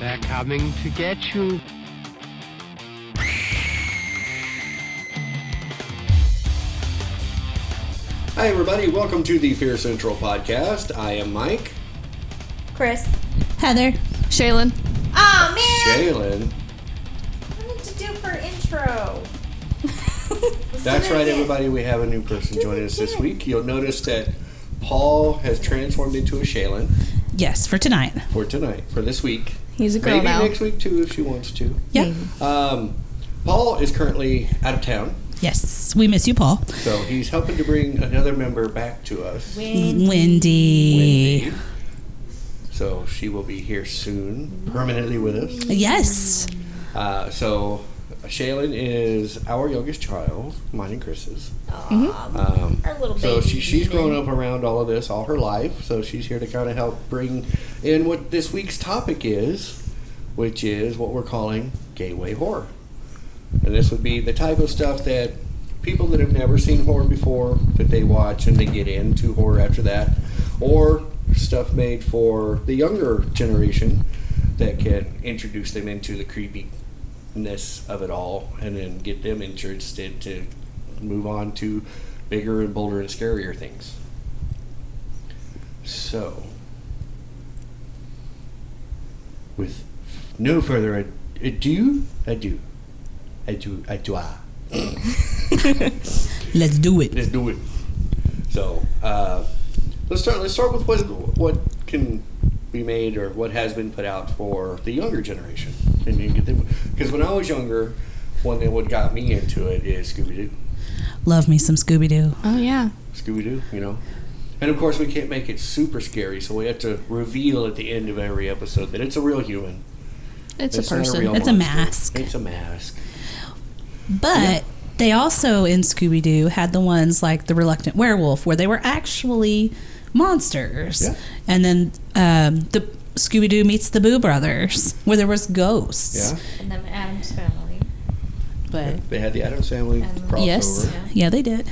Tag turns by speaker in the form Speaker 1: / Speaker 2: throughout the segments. Speaker 1: They're coming to get you.
Speaker 2: Hi, everybody. Welcome to the Fear Central podcast. I am Mike,
Speaker 3: Chris.
Speaker 4: Heather.
Speaker 5: Shaylin.
Speaker 3: Oh man!
Speaker 2: Jalen.
Speaker 3: What did you do for intro? Let's
Speaker 2: That's
Speaker 3: do that
Speaker 2: right,
Speaker 3: again.
Speaker 2: everybody. We have a new person joining us this week. You'll notice that Paul has transformed into a Shaylin
Speaker 4: Yes, for tonight.
Speaker 2: for tonight, for this week.
Speaker 5: He's a girl
Speaker 2: Maybe
Speaker 5: now.
Speaker 2: next week, too, if she wants to.
Speaker 4: Yeah.
Speaker 2: Um, Paul is currently out of town,
Speaker 4: Yes, we miss you, Paul.
Speaker 2: so he's helping to bring another member back to us.
Speaker 4: Wendy.
Speaker 2: Wendy. So she will be here soon, permanently with us.
Speaker 4: Yes.
Speaker 2: Uh, so Shaylin is our youngest child, mine and Chris's. Um,
Speaker 3: Our little
Speaker 2: so
Speaker 3: baby
Speaker 2: she, she's
Speaker 3: demon.
Speaker 2: grown up around all of this all her life. So she's here to kind of help bring in what this week's topic is, which is what we're calling gateway horror. And this would be the type of stuff that people that have never seen horror before that they watch and they get into horror after that, or stuff made for the younger generation that can introduce them into the creepiness of it all and then get them interested to move on to bigger and bolder and scarier things. So, with no further ad- ado, ado, ado, ado, ah.
Speaker 4: Let's do it.
Speaker 2: let's do it. So, uh, let's start. Let's start with what what can be made or what has been put out for the younger generation, and you get because when I was younger, one that what got me into it is Scooby Doo.
Speaker 4: Love me some Scooby Doo.
Speaker 5: Oh yeah.
Speaker 2: Scooby Doo, you know. And of course, we can't make it super scary, so we have to reveal at the end of every episode that it's a real human.
Speaker 5: It's, a
Speaker 2: not
Speaker 5: person.
Speaker 2: real
Speaker 4: It's a
Speaker 2: monster.
Speaker 4: mask.
Speaker 2: It's a mask.
Speaker 4: But they also in Scooby Doo had the ones like the Reluctant Werewolf, where they were actually monsters,
Speaker 2: Yeah.
Speaker 4: and then um, the Scooby Doo meets the Boo Brothers, where there was ghosts.
Speaker 2: Yeah.
Speaker 3: And then Adam's family.
Speaker 4: But
Speaker 2: They had the Adams Family
Speaker 3: And-
Speaker 2: crossover.
Speaker 4: yes, yeah, they did.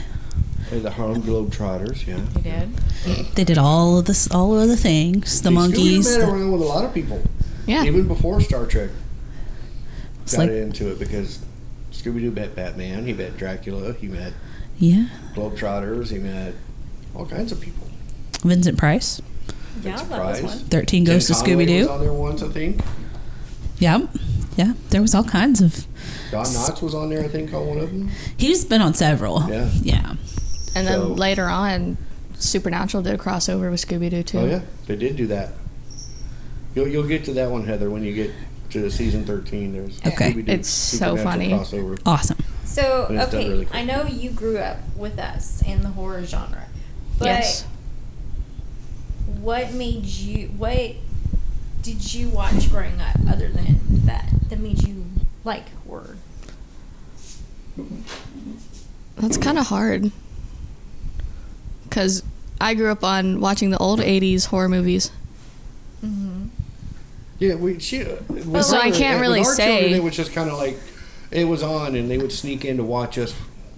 Speaker 2: They had the Harlem Globetrotters, yeah.
Speaker 5: You did.
Speaker 4: They did all of this, all of the things, the
Speaker 2: See,
Speaker 4: monkeys.
Speaker 2: Scooby-Doo
Speaker 4: the-
Speaker 2: been around with a lot of people,
Speaker 5: Yeah.
Speaker 2: even before Star Trek
Speaker 4: It's
Speaker 2: got
Speaker 4: like-
Speaker 2: into it, because Scooby Doo met Batman, he met Dracula, he met
Speaker 4: yeah,
Speaker 2: Globetrotters, he met all kinds of people.
Speaker 4: Vincent Price,
Speaker 3: Yeah,
Speaker 2: Vincent
Speaker 3: that was
Speaker 2: Price.
Speaker 3: one.
Speaker 4: Thirteen Ghosts
Speaker 2: Tim
Speaker 4: of
Speaker 2: Conway
Speaker 4: Scooby
Speaker 2: was
Speaker 4: Doo.
Speaker 2: on there once, I think.
Speaker 4: Yeah, yeah. There was all kinds of.
Speaker 2: Don Knotts was on there, I think, on one of them.
Speaker 4: He's been on several.
Speaker 2: Yeah.
Speaker 4: yeah.
Speaker 5: And then
Speaker 2: So-
Speaker 5: later on, Supernatural did a crossover with Scooby Doo too.
Speaker 2: Oh yeah, they did do that. You'll you'll get to that one, Heather, when you get to season thirteen. There's
Speaker 4: Okay.
Speaker 2: Scooby-Doo
Speaker 5: It's so
Speaker 2: Supernatural
Speaker 5: funny.
Speaker 2: crossover.
Speaker 4: Awesome.
Speaker 3: So
Speaker 2: But it's done
Speaker 3: okay,
Speaker 2: really quick.
Speaker 3: I know you grew up with us in the horror genre, but
Speaker 5: Yes.
Speaker 3: what made you? What did you watch growing up other than that that made you like horror?
Speaker 5: That's kind of hard. Cause I grew up on watching the old '80s horror movies.
Speaker 2: Yeah, we she. uh, with
Speaker 5: So I
Speaker 2: her-
Speaker 5: can't
Speaker 2: with
Speaker 5: really
Speaker 2: our children,
Speaker 5: say.
Speaker 2: it was just kind of like it was on, and they would sneak in to watch us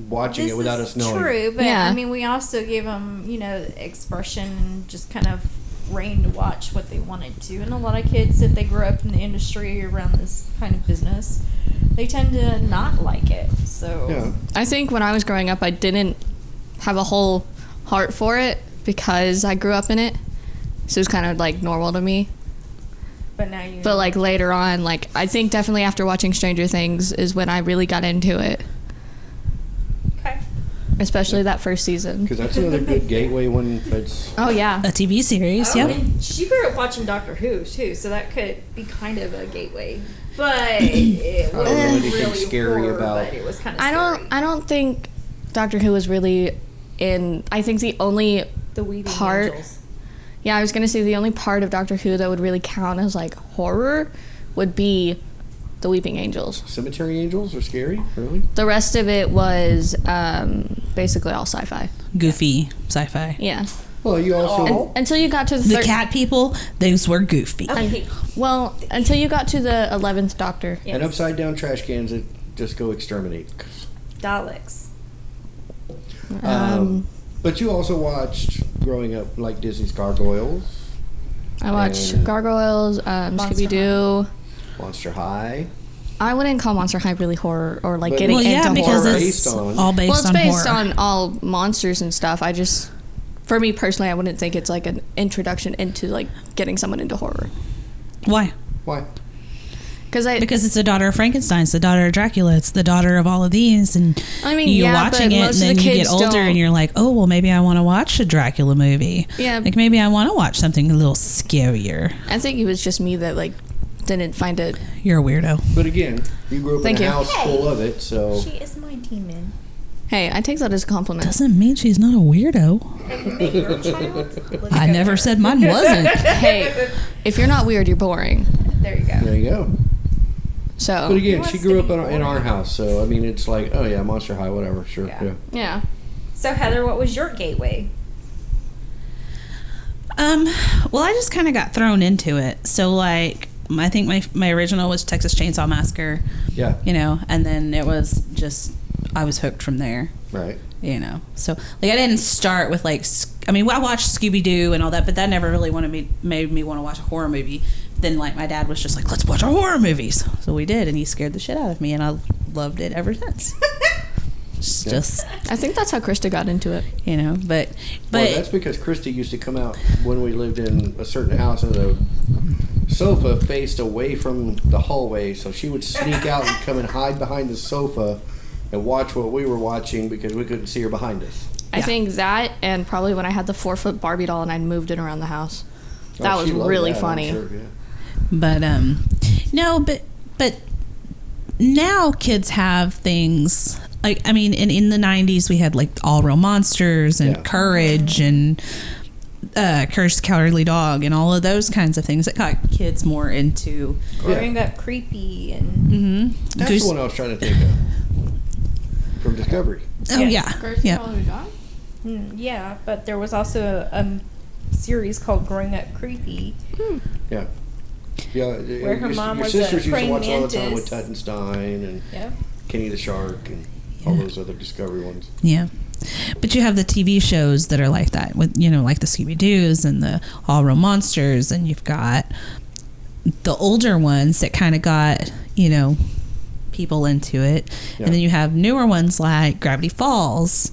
Speaker 2: watching it without us knowing.
Speaker 3: True, but
Speaker 5: Yeah.
Speaker 3: I mean, we also gave them, you know, expression and just kind of reign to watch what they wanted to. And a lot of kids, if they grew up in the industry around this kind of business, they tend to not like it. So
Speaker 2: Yeah,
Speaker 5: I think when I was growing up, I didn't have a whole heart for it because I grew up in it. So it was kind of like normal to me.
Speaker 3: but now you,
Speaker 5: But like later on, like I think definitely after watching Stranger Things is when I really got into it,
Speaker 3: okay,
Speaker 5: especially that first season.
Speaker 2: because that's another good gateway one. That's
Speaker 5: Oh yeah.
Speaker 4: A TV series.
Speaker 3: Oh,
Speaker 4: Yep.
Speaker 3: and she grew up watching Doctor Who too, so that could be kind of a gateway. But it
Speaker 2: don't know
Speaker 3: wasn't
Speaker 2: anything
Speaker 3: really
Speaker 2: scary
Speaker 3: horror,
Speaker 2: about-
Speaker 3: But it was kind of
Speaker 5: I don't. I don't think Doctor Who was really in. I think the only.
Speaker 3: the weeping
Speaker 5: part-
Speaker 3: angels.
Speaker 5: Yeah, I was gonna say the only part of Doctor Who that would really count as like horror would be the Weeping Angels.
Speaker 2: cemetery angels are scary, really.
Speaker 5: The rest of it was um, basically all sci-fi.
Speaker 4: Goofy sci-fi.
Speaker 5: Yeah.
Speaker 2: Well, you also
Speaker 5: Un- until you got to the,
Speaker 4: The
Speaker 5: thir-
Speaker 4: cat people. Those were goofy.
Speaker 3: Okay.
Speaker 5: Well, until you got to the eleventh Doctor.
Speaker 3: Yes.
Speaker 2: and upside down trash cans that just go exterminate.
Speaker 3: Daleks.
Speaker 2: Um, but you also watched growing up like Disney's Gargoyles.
Speaker 5: I watched
Speaker 2: And-
Speaker 5: Gargoyles, um,
Speaker 3: Monster
Speaker 5: Scooby Doo,
Speaker 2: Monster High.
Speaker 5: I wouldn't call Monster High really horror or like
Speaker 2: But-
Speaker 5: getting
Speaker 4: well, yeah,
Speaker 5: into
Speaker 4: because
Speaker 5: horror.
Speaker 2: it's
Speaker 4: it's
Speaker 2: Based on-
Speaker 4: all based
Speaker 5: well, it's
Speaker 4: on
Speaker 5: based
Speaker 4: horror.
Speaker 5: on all monsters and stuff. I just, for me personally, I wouldn't think it's like an introduction into like getting someone into horror.
Speaker 4: Why?
Speaker 2: Why?
Speaker 5: Because I,
Speaker 4: Because it's the daughter of Frankenstein, it's the daughter of Dracula, it's the daughter of all of these, and
Speaker 5: I mean,
Speaker 4: you're
Speaker 5: yeah,
Speaker 4: watching
Speaker 5: but
Speaker 4: it, and
Speaker 5: most of
Speaker 4: then
Speaker 5: the
Speaker 4: you get
Speaker 5: kids
Speaker 4: older,
Speaker 5: don't.
Speaker 4: and you're like, oh well, maybe I want to watch a Dracula movie.
Speaker 5: Yeah.
Speaker 4: like maybe I want to watch something a little scarier.
Speaker 5: I think it was just me that like didn't find it.
Speaker 4: You're a weirdo.
Speaker 2: But again, you grew up
Speaker 5: Thank
Speaker 2: in a
Speaker 5: you.
Speaker 2: house full of it, so
Speaker 3: She is my demon.
Speaker 5: Hey, I take that as a compliment.
Speaker 4: Doesn't mean she's not a weirdo. I never said mine wasn't.
Speaker 5: hey, if you're not weird, you're boring.
Speaker 3: There you go.
Speaker 2: there you go. But
Speaker 5: So
Speaker 2: again,
Speaker 3: wants
Speaker 2: she
Speaker 3: to
Speaker 2: grew
Speaker 3: be
Speaker 2: up in our, in our
Speaker 3: boring.
Speaker 2: house, so I mean, it's like, oh yeah, Monster High, whatever, sure,
Speaker 3: Yeah.
Speaker 2: yeah.
Speaker 5: yeah,
Speaker 3: So Heather, what was your gateway?
Speaker 4: Um, well, I just kind of got thrown into it. So like, I think my my original was Texas Chainsaw Massacre,
Speaker 2: yeah,
Speaker 4: you know, and then it was just I was hooked from there,
Speaker 2: right.
Speaker 4: you know. So like, I didn't start with like, s- I mean, I watched Scooby Doo and all that, but that never really wanted me made me want to watch a horror movie. Then like, my dad was just like, let's watch our horror movies, so we did, and he scared the shit out of me, and I loved it ever since. It's
Speaker 2: Yeah.
Speaker 4: just
Speaker 5: I think that's how Krista got into it.
Speaker 4: you know, but but
Speaker 2: well, that's because Christy used to come out when we lived in a certain house and the sofa faced away from the hallway, so she would sneak out and come and hide behind the sofa and watch what we were watching because we couldn't see her behind us.
Speaker 5: I think that and probably when I had the four foot Barbie doll and I moved it around the house. That
Speaker 2: Oh,
Speaker 5: was
Speaker 2: she loved
Speaker 5: really
Speaker 2: that, I'm
Speaker 5: funny.
Speaker 2: sure, yeah.
Speaker 4: But um no, but but now kids have things like I mean in in the 90s we had like all real monsters and
Speaker 2: Yeah.
Speaker 4: courage and uh courage the cowardly dog and all of those kinds of things that got kids more into
Speaker 3: Growing up creepy and
Speaker 4: hmm
Speaker 2: Mm-hmm. That's the one I was trying to think of from Discovery.
Speaker 4: Oh yeah. Yeah.
Speaker 3: Mm, yeah, but there was also a um, series called Growing Up Creepy.
Speaker 2: Yeah. Yeah,
Speaker 3: Where her
Speaker 2: your,
Speaker 3: mom
Speaker 2: your
Speaker 3: was a
Speaker 2: sisters used to
Speaker 3: praying
Speaker 2: watch all the time with
Speaker 3: mantis.
Speaker 2: Tuttenstein and
Speaker 3: Yeah.
Speaker 2: Kenny the Shark and all those other Discovery ones.
Speaker 4: Yeah. But you have the TV shows that are like that with you know like the Scooby Doo's and the All Real Monsters and you've got the older ones that kind of got you know people into it
Speaker 2: Yeah.
Speaker 4: and then you have newer ones like Gravity Falls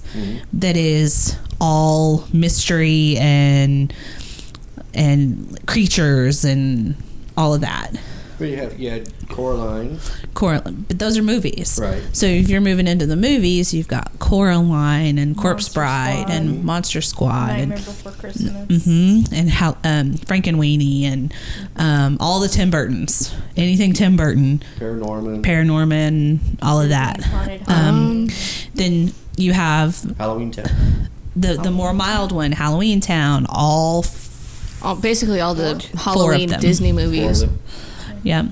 Speaker 4: that is all mystery and and creatures and all of that
Speaker 2: But you had you had Coraline.
Speaker 4: Coraline, but those are movies.
Speaker 2: Right.
Speaker 4: So if you're moving into the movies, you've got Coraline and Corpse
Speaker 3: Monster
Speaker 4: Bride
Speaker 3: Squad.
Speaker 4: and Monster Squad
Speaker 3: Nightmare
Speaker 4: and
Speaker 3: Before Christmas.
Speaker 4: mm-hmm, and how um, Frankenweenie and um, all the Tim Burtons, anything Tim Burton,
Speaker 2: Paranorman,
Speaker 4: Paranorman, all of that.
Speaker 3: Haunted
Speaker 4: Um, then you have
Speaker 2: Halloween Town.
Speaker 4: the the more mild one, Halloween Town, all
Speaker 5: All, basically, all the
Speaker 4: of
Speaker 5: Halloween
Speaker 4: them.
Speaker 5: Disney movies.
Speaker 2: Florida.
Speaker 4: Yeah.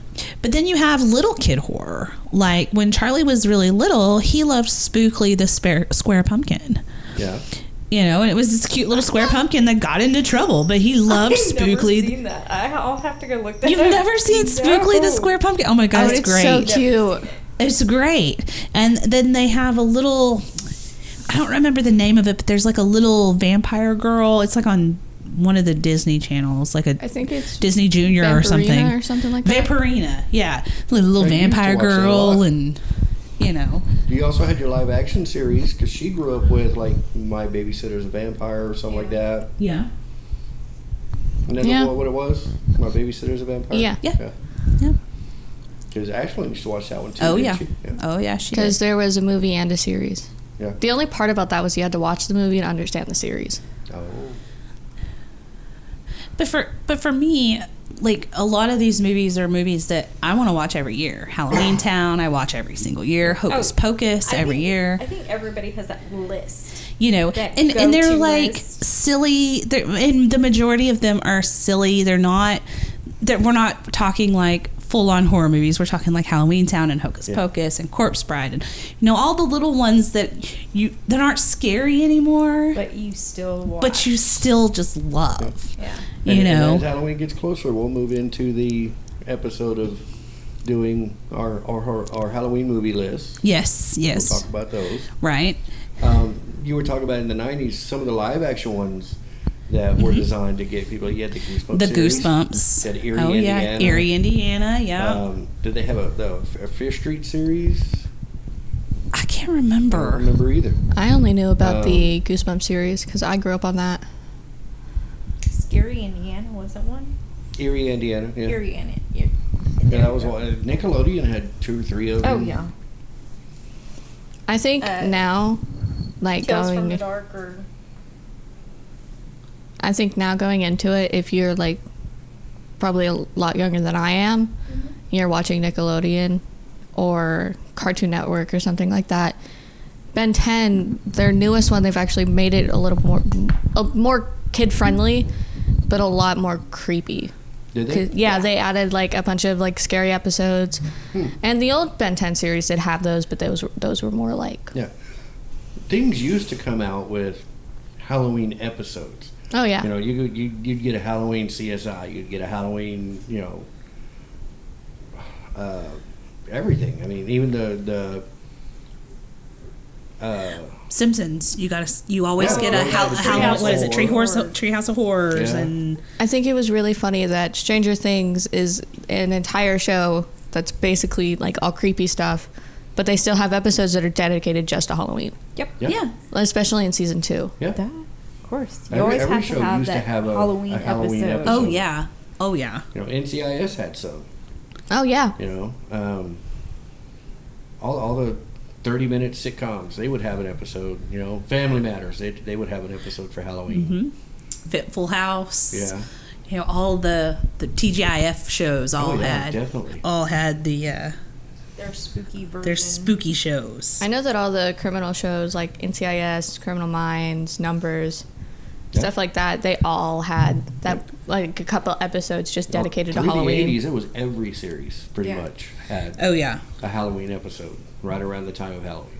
Speaker 4: But then you have little kid horror. Like when Charlie was really little, he loved Spookly the spare, Square Pumpkin.
Speaker 2: Yeah.
Speaker 4: You know, and it was this cute little square pumpkin that got into trouble, but he loved
Speaker 3: I've never
Speaker 4: Spookly.
Speaker 3: seen that. I- I'll have to go look that
Speaker 4: You've
Speaker 3: up.
Speaker 4: never seen Spookly
Speaker 3: No.
Speaker 4: the Square Pumpkin? Oh my
Speaker 5: Oh,
Speaker 4: god, it's,
Speaker 5: it's
Speaker 4: great.
Speaker 5: so cute.
Speaker 4: It's great. And then they have a little I don't remember the name of it, but there's like a little vampire girl. It's like on one of the Disney channels, like a
Speaker 5: I think it's
Speaker 4: Disney Junior or
Speaker 5: Vampirina
Speaker 4: something.
Speaker 5: or something like that.
Speaker 4: Vampirina, yeah, little, little
Speaker 2: They used to
Speaker 4: vampire
Speaker 2: watch that a
Speaker 4: girl,
Speaker 2: lot.
Speaker 4: and you know,
Speaker 2: You also had your live action series because she grew up with like My Babysitter's a Vampire or something like that.
Speaker 4: yeah,
Speaker 2: And then
Speaker 5: Yeah.
Speaker 2: what, what it was? My Babysitter's a Vampire.
Speaker 5: Yeah.
Speaker 4: Yeah. Yeah.
Speaker 2: yeah. Because Ashley used to watch that one too.
Speaker 4: oh
Speaker 2: didn't
Speaker 4: yeah,
Speaker 2: she?
Speaker 4: oh yeah, she
Speaker 5: Because
Speaker 4: did.
Speaker 5: there was a movie and a series.
Speaker 2: Yeah.
Speaker 5: The only part about that was you had to watch the movie and understand the series.
Speaker 2: Oh.
Speaker 4: But for but for me, like a lot of these movies are movies that I want to watch every year. Halloween Town, I watch every single year. Hocus
Speaker 3: Oh,
Speaker 4: Pocus,
Speaker 3: I
Speaker 4: every
Speaker 3: think-
Speaker 4: year.
Speaker 3: I think everybody has that list.
Speaker 4: You know,
Speaker 3: that
Speaker 4: and and they're
Speaker 3: go-to
Speaker 4: like
Speaker 3: list.
Speaker 4: silly. They're, and the majority of them are silly. They're not. That we're not talking like full on horror movies. We're talking like Halloween Town and Hocus
Speaker 2: Yeah.
Speaker 4: Pocus and Corpse Bride and you know all the little ones that you that aren't scary anymore, but,
Speaker 3: But you still watch.
Speaker 4: you still just love.
Speaker 3: Yeah.
Speaker 2: And,
Speaker 4: You
Speaker 2: and
Speaker 4: know.
Speaker 2: as Halloween gets closer, we'll move into the episode of doing our our, our, our Halloween movie list.
Speaker 4: Yes, yes,
Speaker 2: We'll talk about those.
Speaker 4: right.
Speaker 2: Um, you were talking about in the '90s some of the live action ones. that were designed to get people. You had the Goosebumps.
Speaker 4: Mm-hmm. The
Speaker 2: series.
Speaker 4: Goosebumps.
Speaker 2: That Erie,
Speaker 4: oh yeah,
Speaker 2: Indiana.
Speaker 4: Erie, Indiana. Yeah,
Speaker 2: Um, did they have a, the, a Fear Street series?
Speaker 4: I can't
Speaker 2: I don't
Speaker 4: remember.
Speaker 2: remember either.
Speaker 5: I only knew
Speaker 2: Um,
Speaker 5: about the Goosebumps series because I grew up on that.
Speaker 3: Scary Indiana wasn't one.
Speaker 2: Erie, Indiana. Yeah.
Speaker 3: Erie in it. Yeah.
Speaker 2: Yeah, that was one. Nickelodeon had two or three of
Speaker 3: Oh
Speaker 2: them.
Speaker 3: yeah.
Speaker 5: I think
Speaker 3: Uh,
Speaker 5: now, like
Speaker 3: Tales from the
Speaker 5: going,
Speaker 3: Dark or
Speaker 5: I think now going into it, if you're like probably a lot younger than I am, you're watching Nickelodeon or Cartoon Network or something like that. Ben 10, their newest one, they've actually made it a little more, a, more kid friendly, but a lot more creepy.
Speaker 2: Did
Speaker 5: 'Cause-
Speaker 2: they?
Speaker 5: yeah, they added like a bunch of like scary episodes,
Speaker 2: Hmm.
Speaker 5: and the old Ben 10 series did have those, but those were- those were more like
Speaker 2: Yeah. Things used to come out with Halloween episodes.
Speaker 5: oh yeah,
Speaker 2: You know, you could- you you'd get a Halloween CSI, you'd get a Halloween, you know, uh, everything. I mean, even the the uh,
Speaker 4: Simpsons. You got to. You always
Speaker 2: Yeah,
Speaker 4: get a
Speaker 2: yeah,
Speaker 4: how,
Speaker 2: the
Speaker 4: how
Speaker 2: Treehouse
Speaker 4: what is
Speaker 2: of
Speaker 4: it? Tree
Speaker 2: Horror.
Speaker 4: horse. Treehouse of Horrors
Speaker 2: Yeah.
Speaker 4: and
Speaker 5: I think it was really funny that Stranger Things is an entire show that's basically like all creepy stuff, but they still have episodes that are dedicated just to Halloween,
Speaker 2: Yeah.
Speaker 4: yeah.
Speaker 5: especially in season two.
Speaker 2: yeah.
Speaker 3: that. Of course, you
Speaker 2: Every-
Speaker 3: always
Speaker 2: every
Speaker 3: have
Speaker 2: show
Speaker 3: to have
Speaker 2: used to
Speaker 3: that
Speaker 2: have a- a
Speaker 3: Halloween,
Speaker 2: Halloween
Speaker 3: episode.
Speaker 2: episode.
Speaker 4: Oh yeah. Oh yeah.
Speaker 2: You know, NCIS had some.
Speaker 5: Oh yeah,
Speaker 2: You know, um, all all the thirty minute sitcoms they would have an episode. You know, Family Matters they they would have an episode for Halloween.
Speaker 4: Fitful Mm-hmm.
Speaker 5: Mm-hmm.
Speaker 4: House.
Speaker 2: Yeah.
Speaker 4: You know all the the TGIF shows all
Speaker 2: Oh, yeah,
Speaker 4: had
Speaker 2: definitely.
Speaker 4: all had the uh,
Speaker 3: Their spooky version.
Speaker 4: their spooky shows.
Speaker 5: I know that all the criminal shows like NCIS, Criminal Minds, Numbers,
Speaker 2: Yeah.
Speaker 5: stuff like that, they all had that like a couple episodes just dedicated
Speaker 2: Through
Speaker 5: to Halloween.
Speaker 2: The 80s, it was every series pretty
Speaker 3: Yeah.
Speaker 2: much had
Speaker 4: Oh yeah.
Speaker 2: a Halloween episode right around the time of Halloween.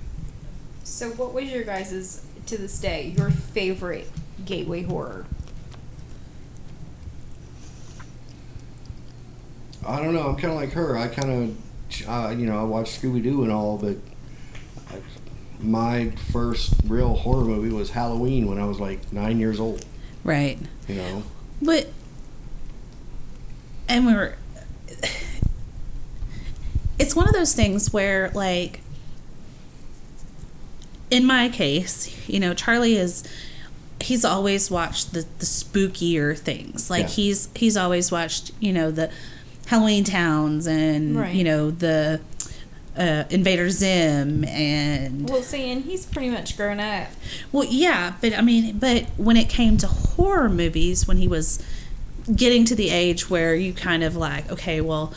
Speaker 3: So, what was your guys's to this day your favorite gateway horror?
Speaker 2: I don't know. I'm kind of like her. I kind of, uh, you know, I watched Scooby Doo and all, but I, my first real horror movie was Halloween when I was like nine years old.
Speaker 4: Right.
Speaker 2: You know,
Speaker 4: But and we were it's one of those things where like in my case, you know, Charlie is he's always watched the, the spookier things. Like
Speaker 2: Yeah.
Speaker 4: he's he's always watched, you know, the Halloween towns and
Speaker 3: Right.
Speaker 4: you know, the uh, Invader Zim and
Speaker 3: Well, seeing he's pretty much grown up.
Speaker 4: well, yeah, but I mean, but when it came to horror movies, when he was getting to the age where you kind of like, okay, well,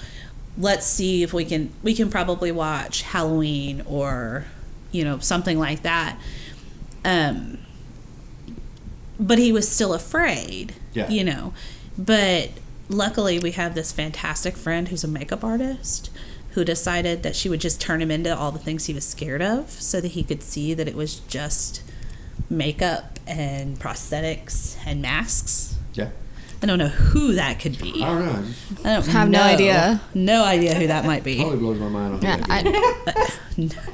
Speaker 4: let's see if we can we can probably watch Halloween or you know something like that. Um, but he was still afraid.
Speaker 2: Yeah.
Speaker 4: You know, but luckily we have this fantastic friend who's a makeup artist who decided that she would just turn him into all the things he was scared of so that he could see that it was just makeup and prosthetics and masks.
Speaker 2: yeah.
Speaker 4: I don't know who that could be.
Speaker 2: I don't know. It just
Speaker 4: I don't
Speaker 5: Have no
Speaker 4: know.
Speaker 5: idea.
Speaker 4: No idea who that might be.
Speaker 2: totally blows my mind. On the
Speaker 5: Yeah,
Speaker 2: idea.
Speaker 5: I,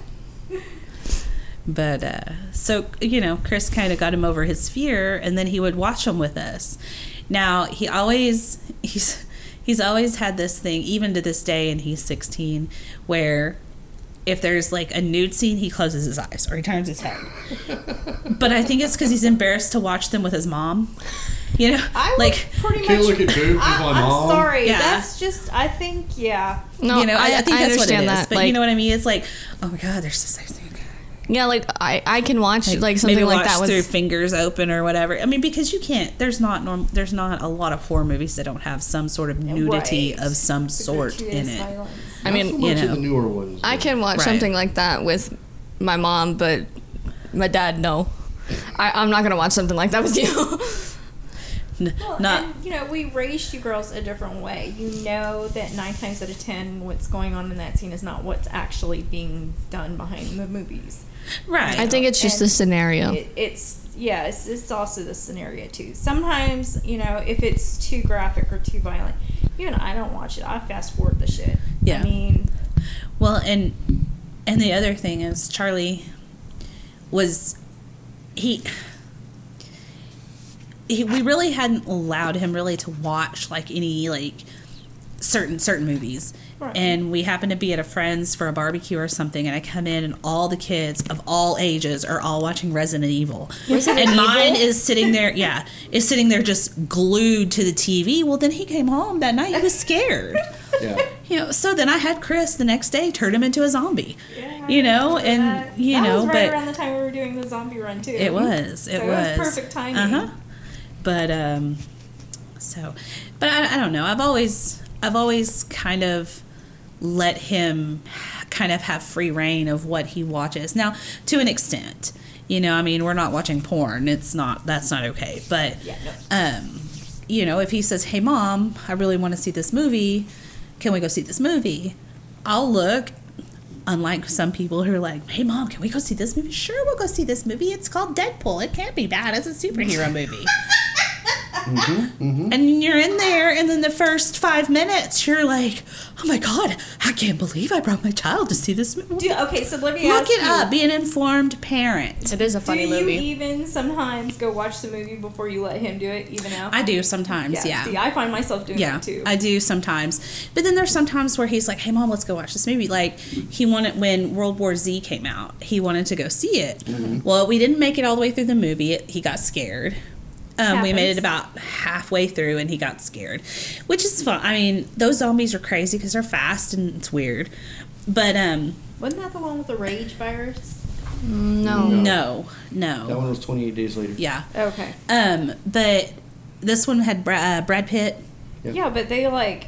Speaker 4: But uh, so you know, Chris kind of got him over his fear, and then he would watch them with us. Now he always he's he's always had this thing, even to this day, and he's 16, where if there's like a nude scene, he closes his eyes or he turns his head. but I think it's because he's embarrassed to watch them with his mom. You know,
Speaker 3: I would
Speaker 4: like
Speaker 3: pretty
Speaker 2: Can't
Speaker 3: much.
Speaker 2: look at boobs with
Speaker 3: I,
Speaker 2: my
Speaker 3: I'm
Speaker 2: mom.
Speaker 3: sorry.
Speaker 4: Yeah.
Speaker 3: That's just. I think. Yeah.
Speaker 5: no,
Speaker 4: you know, I, I think that's what it is. But
Speaker 5: like,
Speaker 4: you know what I mean? It's like, oh my god, they're so sexy.
Speaker 5: yeah, like I, I can watch like, something
Speaker 4: maybe
Speaker 5: like
Speaker 4: watch
Speaker 5: that
Speaker 4: through
Speaker 5: with
Speaker 4: fingers open or whatever. I mean, because you can't. There's not norm. There's not a lot of horror movies that don't have some sort of nudity
Speaker 3: Right.
Speaker 4: of some sort in
Speaker 3: Gratuitous
Speaker 4: it.
Speaker 3: violence.
Speaker 5: I
Speaker 2: Not so
Speaker 5: mean,
Speaker 2: much
Speaker 4: you
Speaker 2: of
Speaker 4: know.
Speaker 2: the newer ones.
Speaker 5: I
Speaker 2: though.
Speaker 5: can watch
Speaker 4: Right.
Speaker 5: something like that with my mom, but my dad, no. I, I'm not gonna watch something like that with you.
Speaker 4: N-
Speaker 3: Well,
Speaker 4: not
Speaker 3: and, you know, we raised you girls a different way. You know that nine times out of ten, what's going on in that scene is not what's actually being done behind the movies.
Speaker 4: right.
Speaker 5: I think it's just the
Speaker 3: And
Speaker 5: scenario.
Speaker 3: It, it's yeah, it's, it's also the scenario too. Sometimes you know if it's too graphic or too violent, even I don't watch it. I fast forward the shit.
Speaker 4: Yeah.
Speaker 3: I mean,
Speaker 4: Well, and and the other thing is Charlie was he he, we really hadn't allowed him really to watch like any like certain certain movies.
Speaker 3: Right.
Speaker 4: And we happened to be at a friend's for a barbecue or something, and I come in and all the kids of all ages are all watching Resident Evil, and mine is sitting there, yeah, is sitting there just glued to the TV. Well, then he came home that night. He was scared.
Speaker 2: Yeah.
Speaker 4: You know, so then I had Chris the next day turn him into a zombie.
Speaker 3: Yeah, I
Speaker 4: you know,
Speaker 3: remember
Speaker 4: and
Speaker 3: that.
Speaker 4: you
Speaker 3: That
Speaker 4: know,
Speaker 3: was right
Speaker 4: but
Speaker 3: around the time we were doing the zombie run too.
Speaker 4: it was, it
Speaker 3: So
Speaker 4: was
Speaker 3: perfect timing.
Speaker 4: Uh-huh. But um, so, but I, I don't know. I've always, I've always kind of let him kind of have free reign of what he watches. Now, to an extent, you know, I mean, we're not watching porn. It's not that's not okay. But
Speaker 3: Yeah, no.
Speaker 4: um, you know, if he says, "Hey, mom, I really want to see this movie. Can we go see this movie?" I'll look. Unlike some people who are like, "Hey, mom, can we go see this movie?" Sure, we'll go see this movie. It's called Deadpool. It can't be bad. It's a
Speaker 3: Mm-hmm.
Speaker 4: superhero movie. And you're in there, and then the first five minutes, you're like, "Oh my god, I can't believe I brought my child to see this movie."
Speaker 3: Do, okay, so let me
Speaker 4: Look
Speaker 3: ask
Speaker 4: it
Speaker 3: you,
Speaker 4: up. Be an informed parent.
Speaker 5: It is a
Speaker 3: Do
Speaker 5: funny
Speaker 3: you
Speaker 5: movie.
Speaker 3: even sometimes go watch the movie before you let him do it? Even now,
Speaker 4: I do sometimes. Yeah.
Speaker 3: See, I find myself doing
Speaker 4: yeah,
Speaker 3: it too.
Speaker 4: I do sometimes. But then there's sometimes where he's like, "Hey, mom, let's go watch this movie." Like he wanted when World War Z came out, he wanted to go see it. Well, we didn't make it all the way through the movie. It, he got scared. Um, we made
Speaker 3: Happens.
Speaker 4: it about halfway through, and he got scared, which is fun. I mean, those zombies are crazy because they're fast and it's weird. But um,
Speaker 3: Wasn't that the one with the rage virus?
Speaker 5: No.
Speaker 4: no, no,
Speaker 2: That one was 28 days later.
Speaker 4: yeah.
Speaker 3: Okay.
Speaker 4: Um, but this one had Brad, uh, Brad Pitt.
Speaker 2: Yeah.
Speaker 3: Yeah, but they like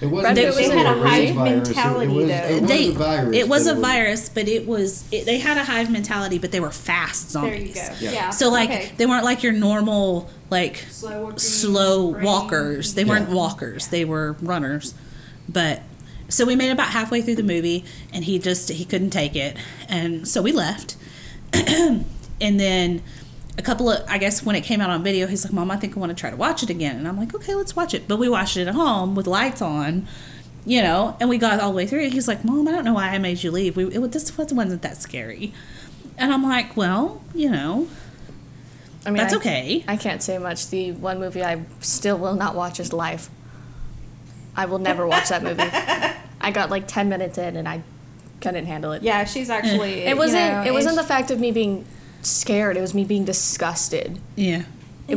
Speaker 2: It
Speaker 3: But
Speaker 2: wasn't
Speaker 3: they
Speaker 2: necessarily
Speaker 3: had a
Speaker 2: rage
Speaker 3: hive
Speaker 2: virus, it-
Speaker 3: mentality,
Speaker 2: It was,
Speaker 3: though.
Speaker 2: it was
Speaker 4: they,
Speaker 2: a virus.
Speaker 4: It was
Speaker 2: but
Speaker 4: a
Speaker 2: was-
Speaker 4: virus, but it was it, they had a hive mentality, but they were fast
Speaker 3: there
Speaker 4: zombies.
Speaker 3: you go.
Speaker 2: Yeah.
Speaker 3: Yeah.
Speaker 4: So like
Speaker 3: okay.
Speaker 4: they weren't like your normal like
Speaker 3: slow, walking,
Speaker 4: slow
Speaker 3: brain.
Speaker 4: walkers. They weren't walkers. They were runners. But so we made it about halfway through the movie, and he just he couldn't take it, and so we left. and then a couple of I guess when it came out on video, he's like, "Mom, I think I want to try to watch it again." And I'm like, "Okay, let's watch it." But we watched it at home with lights on. You know, and we got all the way through. He's like, "Mom, I don't know why I made you leave. We, it, this wasn't that scary." And I'm like, "Well, you know,
Speaker 5: I mean,
Speaker 4: that's
Speaker 5: I-
Speaker 4: okay."
Speaker 5: I can't say much. The one movie I still will not watch is Life. I will never watch that movie. I got like ten minutes in and I couldn't handle it.
Speaker 3: yeah, she's actually.
Speaker 4: Eh.
Speaker 5: It wasn't.
Speaker 3: You know,
Speaker 5: it wasn't the
Speaker 3: and
Speaker 5: fact of me being scared. It was me being disgusted.
Speaker 4: yeah.
Speaker 5: It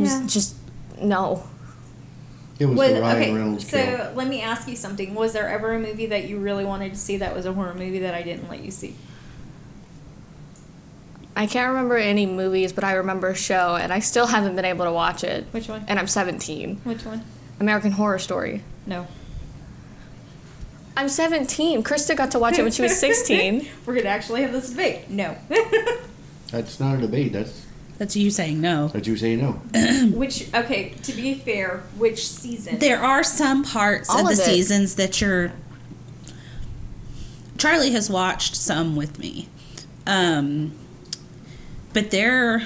Speaker 3: Yeah.
Speaker 5: was just no.
Speaker 2: It was,
Speaker 3: Was,
Speaker 2: the Ryan
Speaker 3: okay,
Speaker 2: Reynolds
Speaker 3: so
Speaker 2: kill.
Speaker 3: let me ask you something. Was there ever a movie that you really wanted to see that was a horror movie that I didn't let you see?
Speaker 5: I can't remember any movies, but I remember a show, and I still haven't been able to watch it.
Speaker 3: Which one?
Speaker 5: And I'm 17.
Speaker 3: Which one?
Speaker 5: American Horror Story.
Speaker 3: No.
Speaker 5: I'm 17. Krista got to watch it when she was 16.
Speaker 3: We're gonna actually have this debate. No.
Speaker 2: That's not a debate. That's
Speaker 4: That's you saying no.
Speaker 2: that you say no.
Speaker 3: which okay, to be fair, which season?
Speaker 4: There are some parts
Speaker 5: All
Speaker 4: of the
Speaker 5: of it.
Speaker 4: seasons that you're. Charlie has watched some with me, um, but there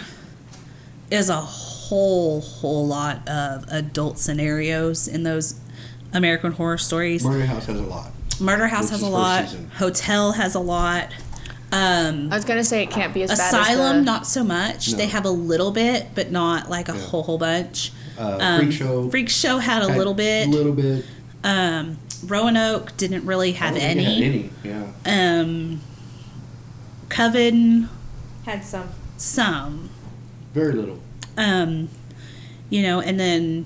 Speaker 4: is a whole whole lot of adult scenarios in those American Horror Stories.
Speaker 2: Murder House has a lot.
Speaker 4: Murder House
Speaker 2: Which
Speaker 4: has
Speaker 2: is
Speaker 4: a
Speaker 2: first
Speaker 4: lot.
Speaker 2: season.
Speaker 4: Hotel has a lot. Um,
Speaker 5: I was gonna say it can't be as bad as
Speaker 4: Asylum,
Speaker 5: the-
Speaker 4: not so much.
Speaker 2: No.
Speaker 4: They have a little bit, but not like a
Speaker 2: Yeah.
Speaker 4: whole whole bunch.
Speaker 2: Uh,
Speaker 4: Um,
Speaker 2: Freak Show.
Speaker 4: Freak Show had a
Speaker 2: had
Speaker 4: little bit.
Speaker 2: A little bit.
Speaker 4: Um, Roanoke didn't really
Speaker 2: I
Speaker 4: have
Speaker 2: don't think it had
Speaker 4: any.
Speaker 2: Oh, any. Yeah.
Speaker 4: Um, Coven,
Speaker 3: Had some.
Speaker 4: some.
Speaker 2: Very little.
Speaker 4: Um, you know, and then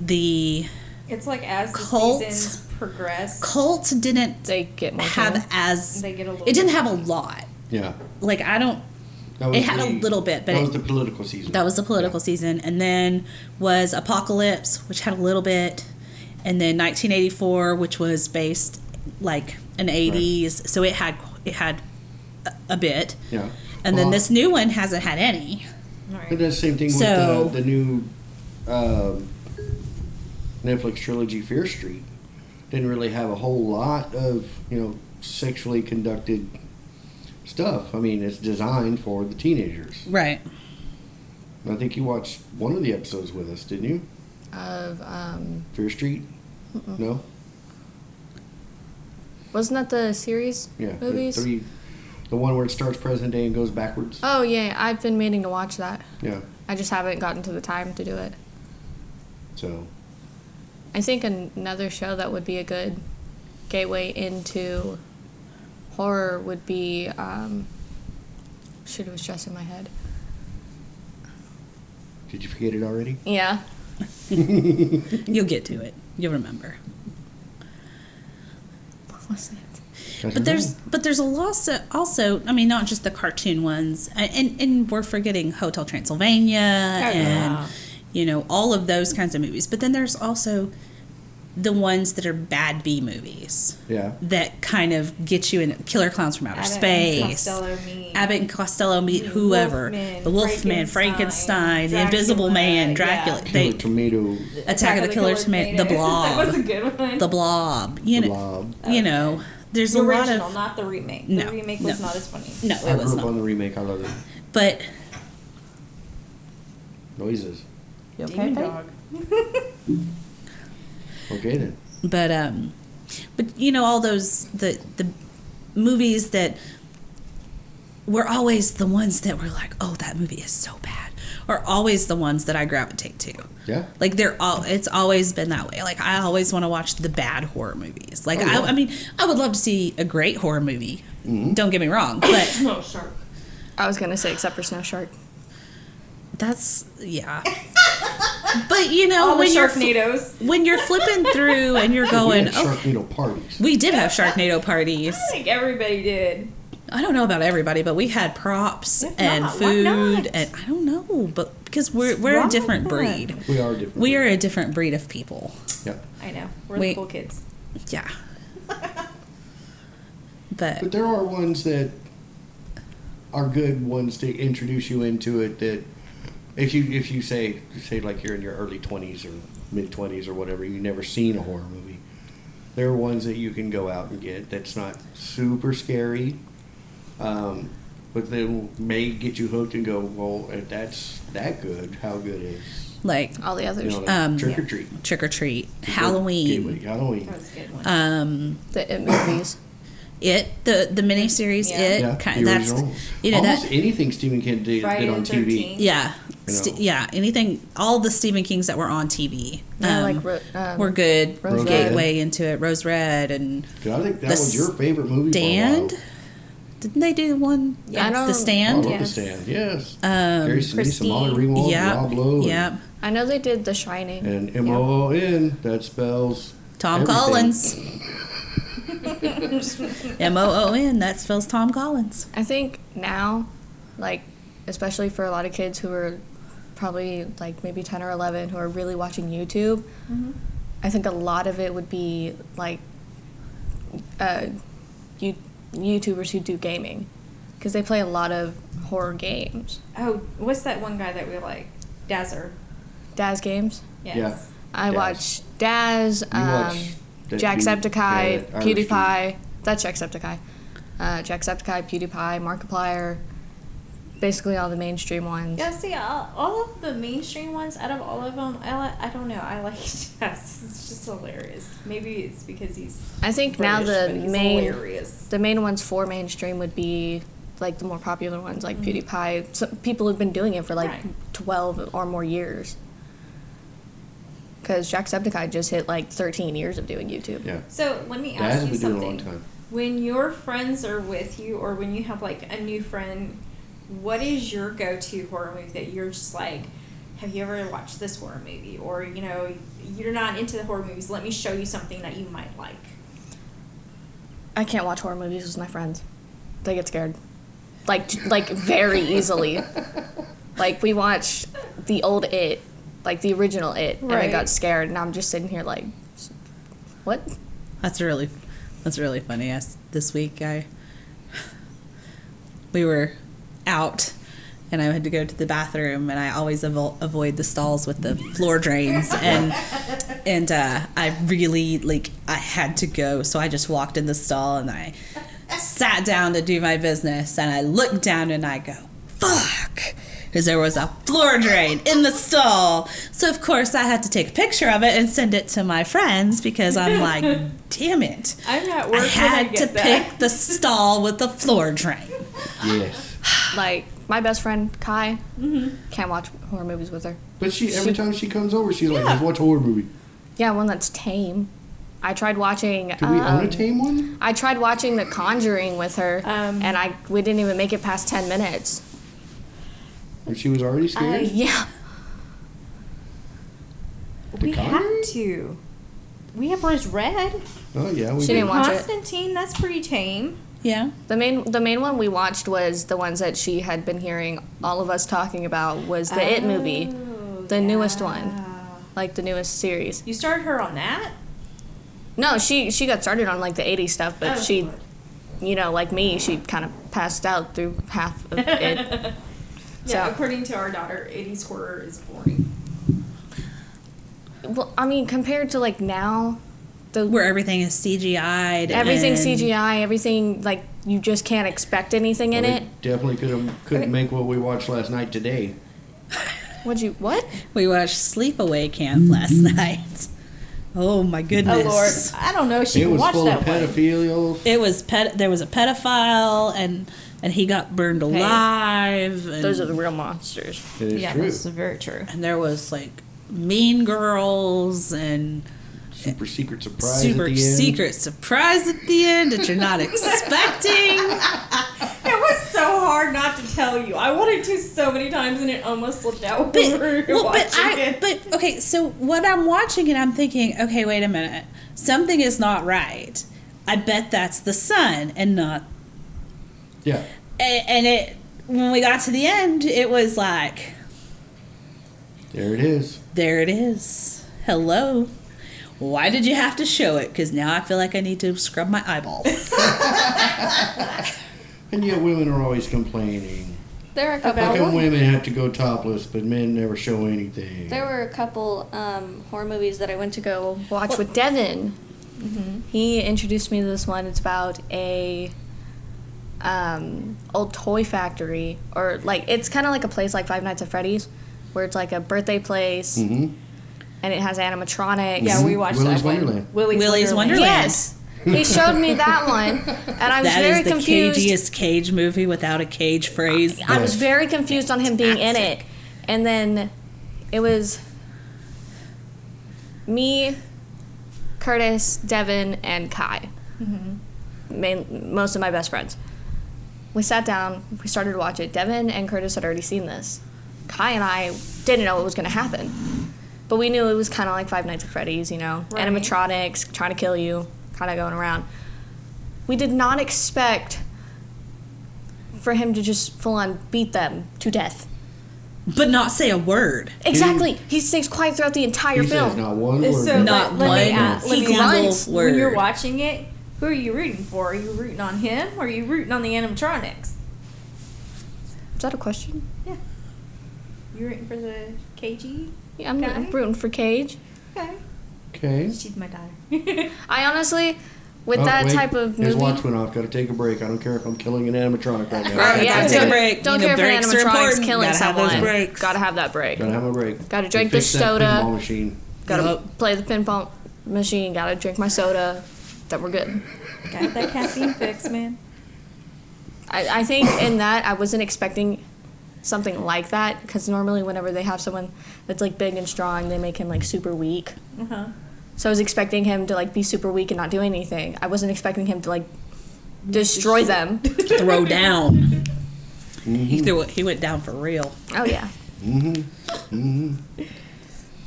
Speaker 4: the
Speaker 3: It's like as the
Speaker 4: Cult.
Speaker 3: seasons progress,
Speaker 4: cult didn't
Speaker 5: They get more.
Speaker 4: have
Speaker 5: time.
Speaker 4: as.
Speaker 3: they get a little.
Speaker 4: It didn't have a lot.
Speaker 2: Yeah.
Speaker 4: Like I don't.
Speaker 2: That
Speaker 4: It had a little bit, but
Speaker 2: that
Speaker 4: it-
Speaker 2: was the political season.
Speaker 4: That was the political season, and then was Apocalypse, which had a little bit, and then 1984, which was based like an 80s, so it had it had a, a bit,
Speaker 2: Yeah. yeah.
Speaker 4: and then
Speaker 2: Well,
Speaker 4: this new one hasn't had any.
Speaker 3: Alright.
Speaker 2: But that's the same thing
Speaker 4: So-
Speaker 2: with the, the new um, Netflix trilogy, Fear Street. Didn't really have a whole lot of you know sexually conducted stuff. I mean, it's designed for the teenagers.
Speaker 4: Right.
Speaker 2: I think you watched one of the episodes with us, didn't you?
Speaker 5: Of um,
Speaker 2: Fear Street. No.
Speaker 5: wasn't that the series
Speaker 2: Yeah. the
Speaker 5: movies?
Speaker 4: Uh.
Speaker 2: three. The one where it starts present day and goes backwards.
Speaker 5: Oh yeah, I've been meaning to watch that.
Speaker 2: Yeah.
Speaker 5: I just haven't gotten to the time to do it.
Speaker 2: So
Speaker 5: I think another show that would be a good gateway into horror would be. Um, shoot, it was just in my head.
Speaker 2: did you forget it already?
Speaker 5: Yeah.
Speaker 4: You'll get to it. You'll remember.
Speaker 5: What was it?
Speaker 2: I
Speaker 3: Mm-hmm.
Speaker 2: don't
Speaker 4: But there's
Speaker 2: know.
Speaker 4: but there's a loss also. I mean, not just the cartoon ones, and and, and we're forgetting Hotel Transylvania and
Speaker 3: Oh, yeah.
Speaker 4: you know all of those kinds of movies. But then there's also the ones that are bad B movies
Speaker 2: yeah.
Speaker 4: that kind of get you in Killer Clowns from Outer
Speaker 3: Abbott and
Speaker 4: Space.
Speaker 3: Costello meet.
Speaker 4: Abbott and Costello meet
Speaker 3: The
Speaker 4: whoever,
Speaker 3: Wolfman,
Speaker 4: the Wolfman, Frankenstein,
Speaker 3: Frankenstein,
Speaker 4: the Invisible
Speaker 3: Dracula,
Speaker 4: Man,
Speaker 3: yeah.
Speaker 4: Dracula,
Speaker 2: Killer
Speaker 4: they,
Speaker 2: tomato.
Speaker 4: Attack, of the, Killer Killers, Tomato- the
Speaker 3: that
Speaker 4: Blob,
Speaker 3: was a good one.
Speaker 4: the Blob. You
Speaker 2: The
Speaker 4: know,
Speaker 2: Blob.
Speaker 4: you know. There's
Speaker 3: the
Speaker 4: a
Speaker 3: original,
Speaker 4: lot of
Speaker 3: not the remake.
Speaker 4: No,
Speaker 3: the remake was
Speaker 4: no.
Speaker 3: not as funny.
Speaker 4: no,
Speaker 2: I
Speaker 4: it
Speaker 2: grew
Speaker 4: was
Speaker 2: up
Speaker 4: not.
Speaker 2: on the remake. I love it.
Speaker 4: But
Speaker 2: Noises.
Speaker 3: Demon Dog.
Speaker 2: Okay then.
Speaker 4: but um but you know all those the the movies that were always the ones that were like oh that movie is so bad are always the ones that i gravitate to
Speaker 2: Yeah.
Speaker 4: like they're all it's always been that way like i always want to watch the bad horror movies like
Speaker 2: Oh, yeah. Mm-hmm.
Speaker 4: I, I mean i would love to see a great horror movie don't get me wrong but
Speaker 3: No shark.
Speaker 5: I was gonna say except for Snow Shark.
Speaker 4: that's yeah but you know
Speaker 3: All the
Speaker 4: Oh, when you're fl-
Speaker 3: Sharknados.
Speaker 4: when you're flipping through and you're
Speaker 2: We
Speaker 4: going
Speaker 2: had
Speaker 4: oh
Speaker 2: Sharknado parties.
Speaker 4: we did have sharknado parties
Speaker 3: I think everybody did.
Speaker 4: I don't know about everybody, but we had props
Speaker 3: If
Speaker 4: and
Speaker 3: not, why
Speaker 4: food,
Speaker 3: not?
Speaker 4: and I don't know, but because we're we're a
Speaker 3: wrong
Speaker 4: different
Speaker 3: with
Speaker 4: breed.
Speaker 2: We are different.
Speaker 4: We are a different breed of people.
Speaker 2: Yeah.
Speaker 3: I know. We're
Speaker 4: Wait.
Speaker 3: the cool kids.
Speaker 4: Yeah. But
Speaker 2: But there are ones that are good ones to introduce you into it. That if you if you say say like you're in your early twenties or mid twenties or whatever, you've never seen a horror movie. There are ones that you can go out and get that's not super scary, um, but they may get you hooked and go, well, if that's that good, how good is
Speaker 4: like
Speaker 5: All the
Speaker 2: you
Speaker 5: others.
Speaker 2: know, like
Speaker 4: Um,
Speaker 2: trick or treat,
Speaker 4: trick or treat,
Speaker 2: Is it
Speaker 4: Halloween,
Speaker 2: Gateway- Halloween,
Speaker 3: That was a good one.
Speaker 4: um,
Speaker 5: The it movies.
Speaker 4: it the the miniseries
Speaker 3: Yeah.
Speaker 4: it
Speaker 2: yeah,
Speaker 4: kind
Speaker 2: the
Speaker 4: that's
Speaker 2: original.
Speaker 4: you know
Speaker 2: almost
Speaker 4: that
Speaker 2: anything Stephen King did,
Speaker 3: Friday
Speaker 2: did
Speaker 3: the
Speaker 2: on TV.
Speaker 3: 13th.
Speaker 4: yeah
Speaker 2: You know.
Speaker 4: St- yeah anything all the Stephen Kings that were on TV
Speaker 5: Yeah,
Speaker 4: um,
Speaker 5: like Ro- um,
Speaker 4: were good
Speaker 5: Rose
Speaker 2: Red.
Speaker 4: gateway into it Rose Red and
Speaker 2: 'Cause I think that
Speaker 4: The
Speaker 2: was your favorite movie. for a while.
Speaker 4: Stand. Didn't they do one?
Speaker 3: Yes.
Speaker 5: I don't-
Speaker 4: The
Speaker 2: Oh,
Speaker 4: Stand.
Speaker 2: The
Speaker 3: Yes.
Speaker 2: Stand, yes.
Speaker 4: Um,
Speaker 2: Gary Sinise, Molly
Speaker 3: Christine.
Speaker 2: Ringwald,
Speaker 4: yeah.
Speaker 2: Rob Lowe,
Speaker 4: Yep.
Speaker 5: I know they did The Shining.
Speaker 2: and M O O N. That spells
Speaker 4: Tom
Speaker 2: everything.
Speaker 4: Collins. M O O N. That spells Tom Collins.
Speaker 5: I think now, like, especially for a lot of kids who are probably like maybe 10 or 11 who are really watching YouTube,
Speaker 4: Mm-hmm.
Speaker 5: I think a lot of it would be like uh, you, YouTubers who do gaming because they play a lot of horror games,
Speaker 3: oh, what's that one guy that we like? Dazzer.
Speaker 5: Daz games.
Speaker 3: Yes.
Speaker 2: Yeah.
Speaker 5: I
Speaker 2: Daz.
Speaker 5: watch Daz,
Speaker 2: You
Speaker 5: um,
Speaker 2: watch that dude-
Speaker 5: Jacksepticeye,
Speaker 2: yeah, that Irish dude.
Speaker 5: PewDiePie. That's Jacksepticeye. Uh, Jacksepticeye, PewDiePie, Markiplier. Basically, all the mainstream ones.
Speaker 3: Yeah, see, all, all of the mainstream ones, out of all of them, I, li- I don't know. I like Jazz. It's just hilarious. Maybe it's because he's.
Speaker 5: I think now
Speaker 3: British,
Speaker 5: the
Speaker 3: but he's
Speaker 5: main
Speaker 3: Hilarious.
Speaker 5: the main ones for mainstream would be like the more popular ones, like PewDiePie. Some people have been doing it for like
Speaker 3: Mm-hmm. Right.
Speaker 5: twelve or more years. Because Jacksepticeye just hit like thirteen years of doing YouTube.
Speaker 2: Yeah,
Speaker 3: So let me
Speaker 2: Daz
Speaker 3: ask
Speaker 2: has
Speaker 3: you
Speaker 2: been doing it a
Speaker 3: something.
Speaker 2: long time.
Speaker 3: When your friends are with you, or when you have like a new friend, what is your go-to horror movie that you're just like, have you ever watched this horror movie? Or you know, you're not into the horror movies. Let me show you something that you might like.
Speaker 5: I can't watch horror movies with my friends. They get scared, like t- like very easily. like we watched the old It, like the original It, and I
Speaker 3: Right.
Speaker 5: got scared, and I'm just sitting here like, what?
Speaker 4: That's really, that's really funny. I s this week I, we were out, and I had to go to the bathroom, and I always avo- avoid the stalls with the floor drains, and and uh, I really like I had to go, so I just walked in the stall and I sat down to do my business, and I looked down and I go, fuck. Because there was a floor drain in the stall. So, of course, I had to take a picture of it and send it to my friends because I'm like, damn it.
Speaker 3: I'm at
Speaker 4: I
Speaker 3: work. when I
Speaker 4: had
Speaker 3: get
Speaker 4: to
Speaker 3: that.
Speaker 4: pick the stall with the floor drain.
Speaker 2: Yes,
Speaker 5: Like my best friend Kai
Speaker 3: Mm-hmm.
Speaker 5: can't watch horror movies with her.
Speaker 2: But she every
Speaker 5: She-
Speaker 2: time she comes over, she's like,
Speaker 3: Yeah.
Speaker 2: "Let's watch a horror movie."
Speaker 5: Yeah, one that's tame. I tried watching.
Speaker 2: Do we own a
Speaker 5: um,
Speaker 2: tame one?
Speaker 5: I tried watching The Conjuring with her,
Speaker 3: Um,
Speaker 5: and I we didn't even make it past ten minutes.
Speaker 2: Or she was already scared.
Speaker 3: I-
Speaker 5: Yeah,
Speaker 3: We
Speaker 2: Dakota?
Speaker 3: had to. We have Rose Red.
Speaker 2: oh yeah, we
Speaker 5: she
Speaker 2: did.
Speaker 5: didn't watch it.
Speaker 3: Constantine, that's pretty tame.
Speaker 4: Yeah.
Speaker 5: The main the main one we watched was the ones that she had been hearing all of us talking about was the It movie,
Speaker 3: Oh,
Speaker 5: The newest one.
Speaker 3: yeah.
Speaker 5: like the newest series.
Speaker 3: You started her on that?
Speaker 5: No, she she got started on like the 80s stuff, but
Speaker 3: Oh,
Speaker 5: she,
Speaker 3: Lord.
Speaker 5: you know, like me, she kind of passed out through half of it.
Speaker 3: Yeah,
Speaker 5: So-
Speaker 3: according to our daughter, 80s horror is boring.
Speaker 5: well, I mean, compared to like now, the
Speaker 4: Where everything is CGI'd.
Speaker 5: everything
Speaker 4: and-
Speaker 5: CGI, everything like you just can't expect anything in
Speaker 2: Well,
Speaker 5: it.
Speaker 2: they Definitely couldn't couldn't make what we watched last night today.
Speaker 5: Would you what?
Speaker 4: We watched Sleepaway Camp last night. Oh my
Speaker 3: Mm-hmm. Oh,
Speaker 4: goodness.
Speaker 3: Lord. I don't know if she
Speaker 2: it
Speaker 3: can
Speaker 2: was
Speaker 3: watch
Speaker 2: full
Speaker 3: that
Speaker 2: of
Speaker 3: one.
Speaker 2: pedophiles.
Speaker 4: It was ped- there was a pedophile and and he got burned alive. And,
Speaker 5: Those are the real monsters.
Speaker 2: It is
Speaker 3: yeah,
Speaker 2: true.
Speaker 3: that's very true.
Speaker 4: and there was like mean girls and
Speaker 2: Super secret surprise. at
Speaker 4: super
Speaker 2: the end.
Speaker 4: secret surprise at the end that you're not expecting.
Speaker 3: It was so hard not to tell you. I wanted to so many times, and it almost slipped out when
Speaker 4: but,
Speaker 3: we were
Speaker 4: well,
Speaker 3: watching
Speaker 4: but I,
Speaker 3: it.
Speaker 4: but okay, so what I'm watching and I'm thinking, okay, wait a minute, something is not right. I bet that's the sun and not,
Speaker 2: Yeah.
Speaker 4: and, and it. When we got to the end, it was like,
Speaker 2: There it is.
Speaker 4: there it is. Hello. Why did you have to show it? Because now I feel like I need to scrub my eyeballs.
Speaker 2: And yet women are always complaining.
Speaker 6: There were a
Speaker 2: How
Speaker 6: couple.
Speaker 2: come women have to go topless, but men never show anything?
Speaker 6: There were a couple um, horror movies that I went to go.
Speaker 5: Watch with Devin.
Speaker 4: mm-hmm.
Speaker 5: He introduced me to this one. It's about a um, old toy factory, or like it's kind of like a place like Five Nights at Freddy's, where it's like a birthday place,
Speaker 2: Mhm.
Speaker 5: and it has animatronics.
Speaker 3: Mm-hmm. yeah, we watched
Speaker 2: Willy's
Speaker 3: that one.
Speaker 2: Wonderland.
Speaker 3: Willy's,
Speaker 4: Willy's Wonderland.
Speaker 5: Yes, he showed me that one, and I was
Speaker 4: That
Speaker 5: very
Speaker 4: is the
Speaker 5: confused.
Speaker 4: cagiest cage movie without a cage phrase.
Speaker 5: I
Speaker 2: Yes.
Speaker 5: was very confused on him being in it. And then it was me, Curtis, Devin, and Kai.
Speaker 2: Mm-hmm.
Speaker 5: Main, most of my best friends. We sat down, we started to watch it. Devin and Curtis had already seen this. Kai and I didn't know what was going to happen. But we knew it was kind of like Five Nights at Freddy's, you know,
Speaker 3: Right.
Speaker 5: animatronics trying to kill you, kind of going around. We did not expect for him to just full on beat them to death.
Speaker 4: But not say a word.
Speaker 5: Exactly. He stays quiet throughout the entire
Speaker 2: He says
Speaker 5: film.
Speaker 2: not one
Speaker 3: It's
Speaker 2: word.
Speaker 3: so-
Speaker 4: Not
Speaker 3: Let- let me
Speaker 4: one
Speaker 3: ask- let me
Speaker 4: single
Speaker 5: ask,
Speaker 4: word.
Speaker 3: When you're watching it, who are you rooting for? Are you rooting on him or are you rooting on the animatronics?
Speaker 5: Is that a question?
Speaker 3: You rooting for the KG?
Speaker 5: Yeah, I'm
Speaker 3: Okay.
Speaker 5: rooting for Cage.
Speaker 3: Okay.
Speaker 2: okay.
Speaker 3: She's my daughter.
Speaker 5: I honestly, with
Speaker 2: Oh,
Speaker 5: that
Speaker 2: wait.
Speaker 5: type of
Speaker 2: His
Speaker 5: movie,
Speaker 2: watch went off. Got to take a break. I don't care if I'm killing an animatronic right now.
Speaker 5: Oh,
Speaker 4: Gotta
Speaker 5: yeah, don't-
Speaker 4: take a break.
Speaker 5: Don't
Speaker 4: You know,
Speaker 5: care if
Speaker 4: breaks
Speaker 5: an
Speaker 4: are
Speaker 5: animatronic's
Speaker 4: important.
Speaker 5: killing
Speaker 4: Gotta have those
Speaker 5: someone.
Speaker 4: breaks.
Speaker 5: Gotta have that break.
Speaker 2: Gotta have a break.
Speaker 5: Gotta drink
Speaker 2: Fix
Speaker 5: the
Speaker 2: that
Speaker 5: soda.
Speaker 2: pinball machine.
Speaker 5: Gotta
Speaker 4: Yup.
Speaker 5: play the pinball machine. Gotta drink my soda. That we're good.
Speaker 3: Got that caffeine fix, man.
Speaker 5: I, I think in that I wasn't expecting something like that because normally whenever they have someone that's like big and strong, they make him like super weak.
Speaker 3: Uh-huh.
Speaker 5: So I was expecting him to like be super weak and not do anything. I wasn't expecting him to like destroy them.
Speaker 4: Throw down. He threw it. He went down for real.
Speaker 5: Oh yeah.
Speaker 2: Mm-hmm.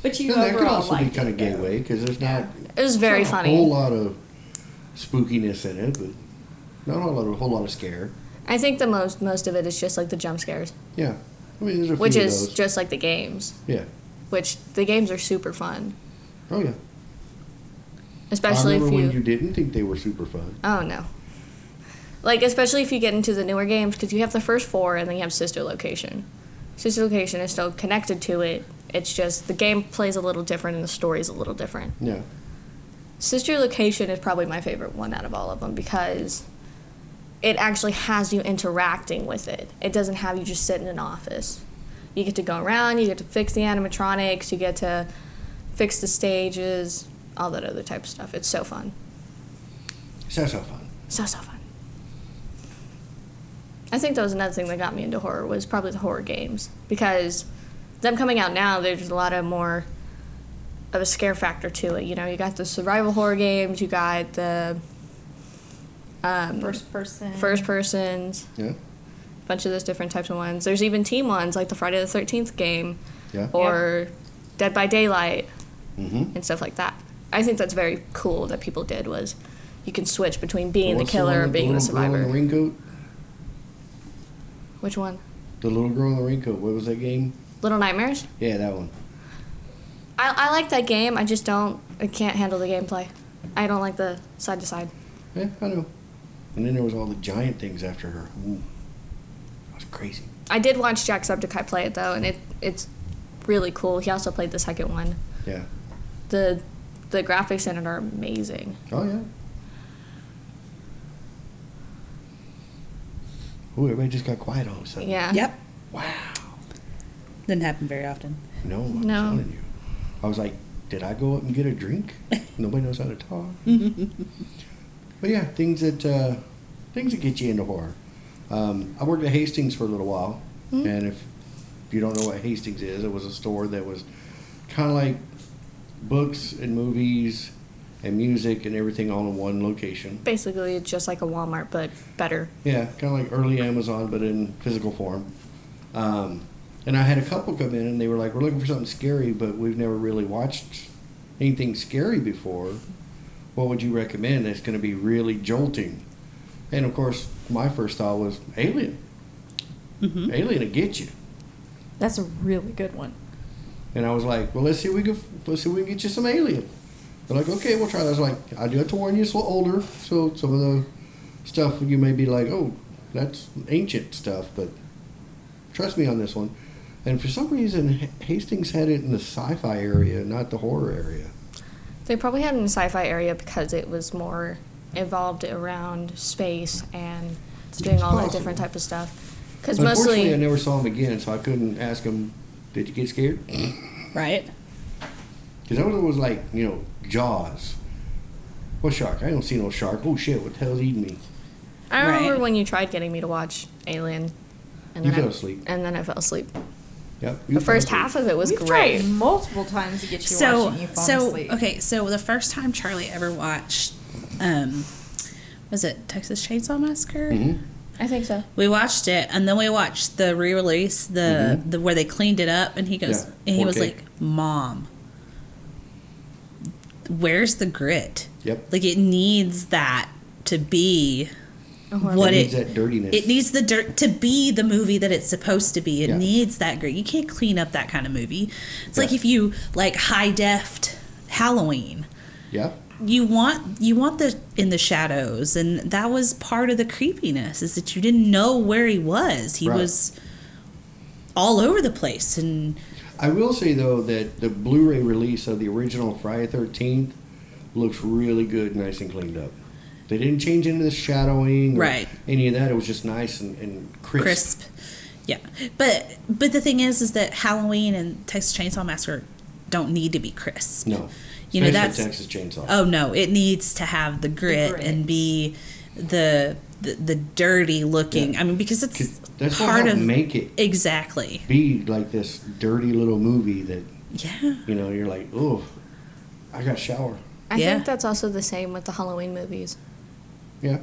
Speaker 3: But you
Speaker 2: And that Mm-hmm. could
Speaker 3: overall
Speaker 2: also be
Speaker 3: liked
Speaker 2: kind
Speaker 3: it,
Speaker 2: of
Speaker 3: though.
Speaker 2: gateway because there's not
Speaker 5: It was very
Speaker 2: a whole
Speaker 5: funny.
Speaker 2: lot of spookiness in it, but not a lot of, a whole lot of scare.
Speaker 5: I think the most most of it is just like the jump scares,
Speaker 2: Yeah, I mean there's a few
Speaker 5: which
Speaker 2: of
Speaker 5: is
Speaker 2: those.
Speaker 5: just like the games,
Speaker 2: yeah.
Speaker 5: which the games are super fun,
Speaker 2: Oh yeah.
Speaker 5: especially
Speaker 2: I
Speaker 5: if
Speaker 2: remember
Speaker 5: you,
Speaker 2: when you didn't think they were super fun.
Speaker 5: Oh no. Like especially if you get into the newer games because you have the first four and then you have sister location. Sister location is still connected to it. It's just the game plays a little different and the story's a little different.
Speaker 2: Yeah.
Speaker 5: Sister Location is probably my favorite one out of all of them because it actually has you interacting with it. It doesn't have you just sit in an office. You get to go around, you get to fix the animatronics, you get to fix the stages, all that other type of stuff. It's so fun.
Speaker 2: So so fun.
Speaker 5: So, so fun. I think that was another thing that got me into horror was probably the horror games because them coming out now, there's a lot of more of a scare factor to it. You know, you got the survival horror games, you got the um,
Speaker 3: First person.
Speaker 5: first persons,
Speaker 2: Yeah.
Speaker 5: bunch of those different types of ones. There's even team ones like the Friday the Thirteenth game
Speaker 2: Yeah.
Speaker 5: or Dead by Daylight
Speaker 2: Mm-hmm.
Speaker 5: and stuff like that. I think that's very cool that people did was you can switch between being the
Speaker 2: What's
Speaker 5: killer
Speaker 2: one
Speaker 5: or
Speaker 2: with
Speaker 5: being the
Speaker 2: little girl in
Speaker 5: survivor.
Speaker 2: The, raincoat?
Speaker 5: Which one?
Speaker 2: the little girl in the raincoat. What was that game?
Speaker 5: Little Nightmares.
Speaker 2: Yeah, that one.
Speaker 5: I, I like that game. I just don't. I can't handle the gameplay. I don't like the side to side.
Speaker 2: Yeah, I know. And then there was all the giant things after her. Ooh, that was crazy.
Speaker 5: I did watch Jacksepticeye play it though, and it it's really cool. He also played the second one.
Speaker 2: Yeah.
Speaker 5: The the graphics in it are amazing.
Speaker 2: Oh yeah. Ooh, everybody just got quiet all of a sudden.
Speaker 5: Yeah.
Speaker 4: Yep.
Speaker 2: Wow.
Speaker 4: Didn't happen very often.
Speaker 2: No, I'm
Speaker 5: No.
Speaker 2: telling you. I was like, did I go up and get a drink? Nobody knows how to talk.
Speaker 3: Mm-hmm.
Speaker 2: but yeah, things that uh, things that get you into horror. Um, I worked at Hastings for a little while, and if you don't know what Hastings is, it was a store that was kind of like books and movies and music and everything all in one location.
Speaker 5: Basically, it's just like a Walmart, but better.
Speaker 2: Yeah, kind of like early Amazon, but in physical form. Um, and I had a couple come in, and they were like, "We're looking for something scary, but we've never really watched anything scary before. What would you recommend that's going to be really jolting?" And of course, my first thought was Alien.
Speaker 4: Hmm.
Speaker 2: Alien to get you.
Speaker 3: That's a really good one.
Speaker 2: And I was like, "Well, let's see if we can let's see if we can get you some Alien." They're like, "Okay, we'll try." that." I was like, "I do have to warn you, it's a little older, so some of the stuff you may be like, oh, that's ancient stuff, but trust me on this one." And for some reason, H- Hastings had it in the sci-fi area, not the horror area.
Speaker 5: They probably had it in the sci-fi area because it was more involved around space and doing all that
Speaker 2: possible.
Speaker 5: different type of stuff. Because
Speaker 2: Unfortunately,
Speaker 5: mostly
Speaker 2: I never saw him again, so I couldn't ask him, "Did you get scared?"
Speaker 4: Right?
Speaker 2: Because that was always like, you know, Jaws. What shark? I don't see no shark. Oh shit! What the hell's eating me?
Speaker 5: I remember
Speaker 4: Right.
Speaker 5: when you tried getting me to watch Alien. And
Speaker 2: You
Speaker 5: then I,
Speaker 2: fell asleep.
Speaker 5: And then I fell asleep.
Speaker 2: Yep.
Speaker 5: The first half of it was
Speaker 3: We've
Speaker 5: great.
Speaker 3: tried multiple times to get you
Speaker 4: so
Speaker 3: watching you fall
Speaker 4: so
Speaker 3: asleep.
Speaker 4: okay so the first time charlie ever watched um was it texas chainsaw massacre
Speaker 5: I think so.
Speaker 4: we watched it and then we watched the re-release the, the where they cleaned it up and he goes
Speaker 2: Mm-hmm. Yeah,
Speaker 4: and he was
Speaker 2: 4K.
Speaker 4: like mom where's the grit
Speaker 2: Yep.
Speaker 4: like it needs that to be what
Speaker 2: It
Speaker 4: it
Speaker 2: needs that dirtiness.
Speaker 4: it needs the dirt to be the movie that it's supposed to be. It
Speaker 2: Yeah.
Speaker 4: needs that grit. You can't clean up that kind of movie. It's like
Speaker 2: Yeah.
Speaker 4: if you like high deft Halloween.
Speaker 2: Yep.
Speaker 4: You want you want the in the shadows, and that was part of the creepiness is that you didn't know where he was. He
Speaker 2: Right.
Speaker 4: was all over the place, and
Speaker 2: I will say though that the Blu-ray release of the original Friday Thirteenth looks really good, nice and cleaned up. They didn't change any of the shadowing, or
Speaker 4: Right.
Speaker 2: Any of that. It was just nice and, and crisp.
Speaker 4: crisp. Yeah, but but the thing is, is that Halloween and Texas Chainsaw Massacre don't need to be crisp.
Speaker 2: No,
Speaker 4: you know
Speaker 2: Especially
Speaker 4: that's
Speaker 2: Texas Chainsaw.
Speaker 4: Oh no, it needs to have the grit,
Speaker 3: grit.
Speaker 4: and be the the, the dirty looking.
Speaker 2: Yeah.
Speaker 4: I mean, because it's
Speaker 2: 'Cause that's what
Speaker 4: part
Speaker 2: helped
Speaker 4: of
Speaker 2: make it
Speaker 4: exactly.
Speaker 2: be like this dirty little movie that
Speaker 4: Yeah,
Speaker 2: you know you're like, oh, I got to shower.
Speaker 5: I
Speaker 4: Yeah.
Speaker 5: think that's also the same with the Halloween movies.
Speaker 2: Yeah.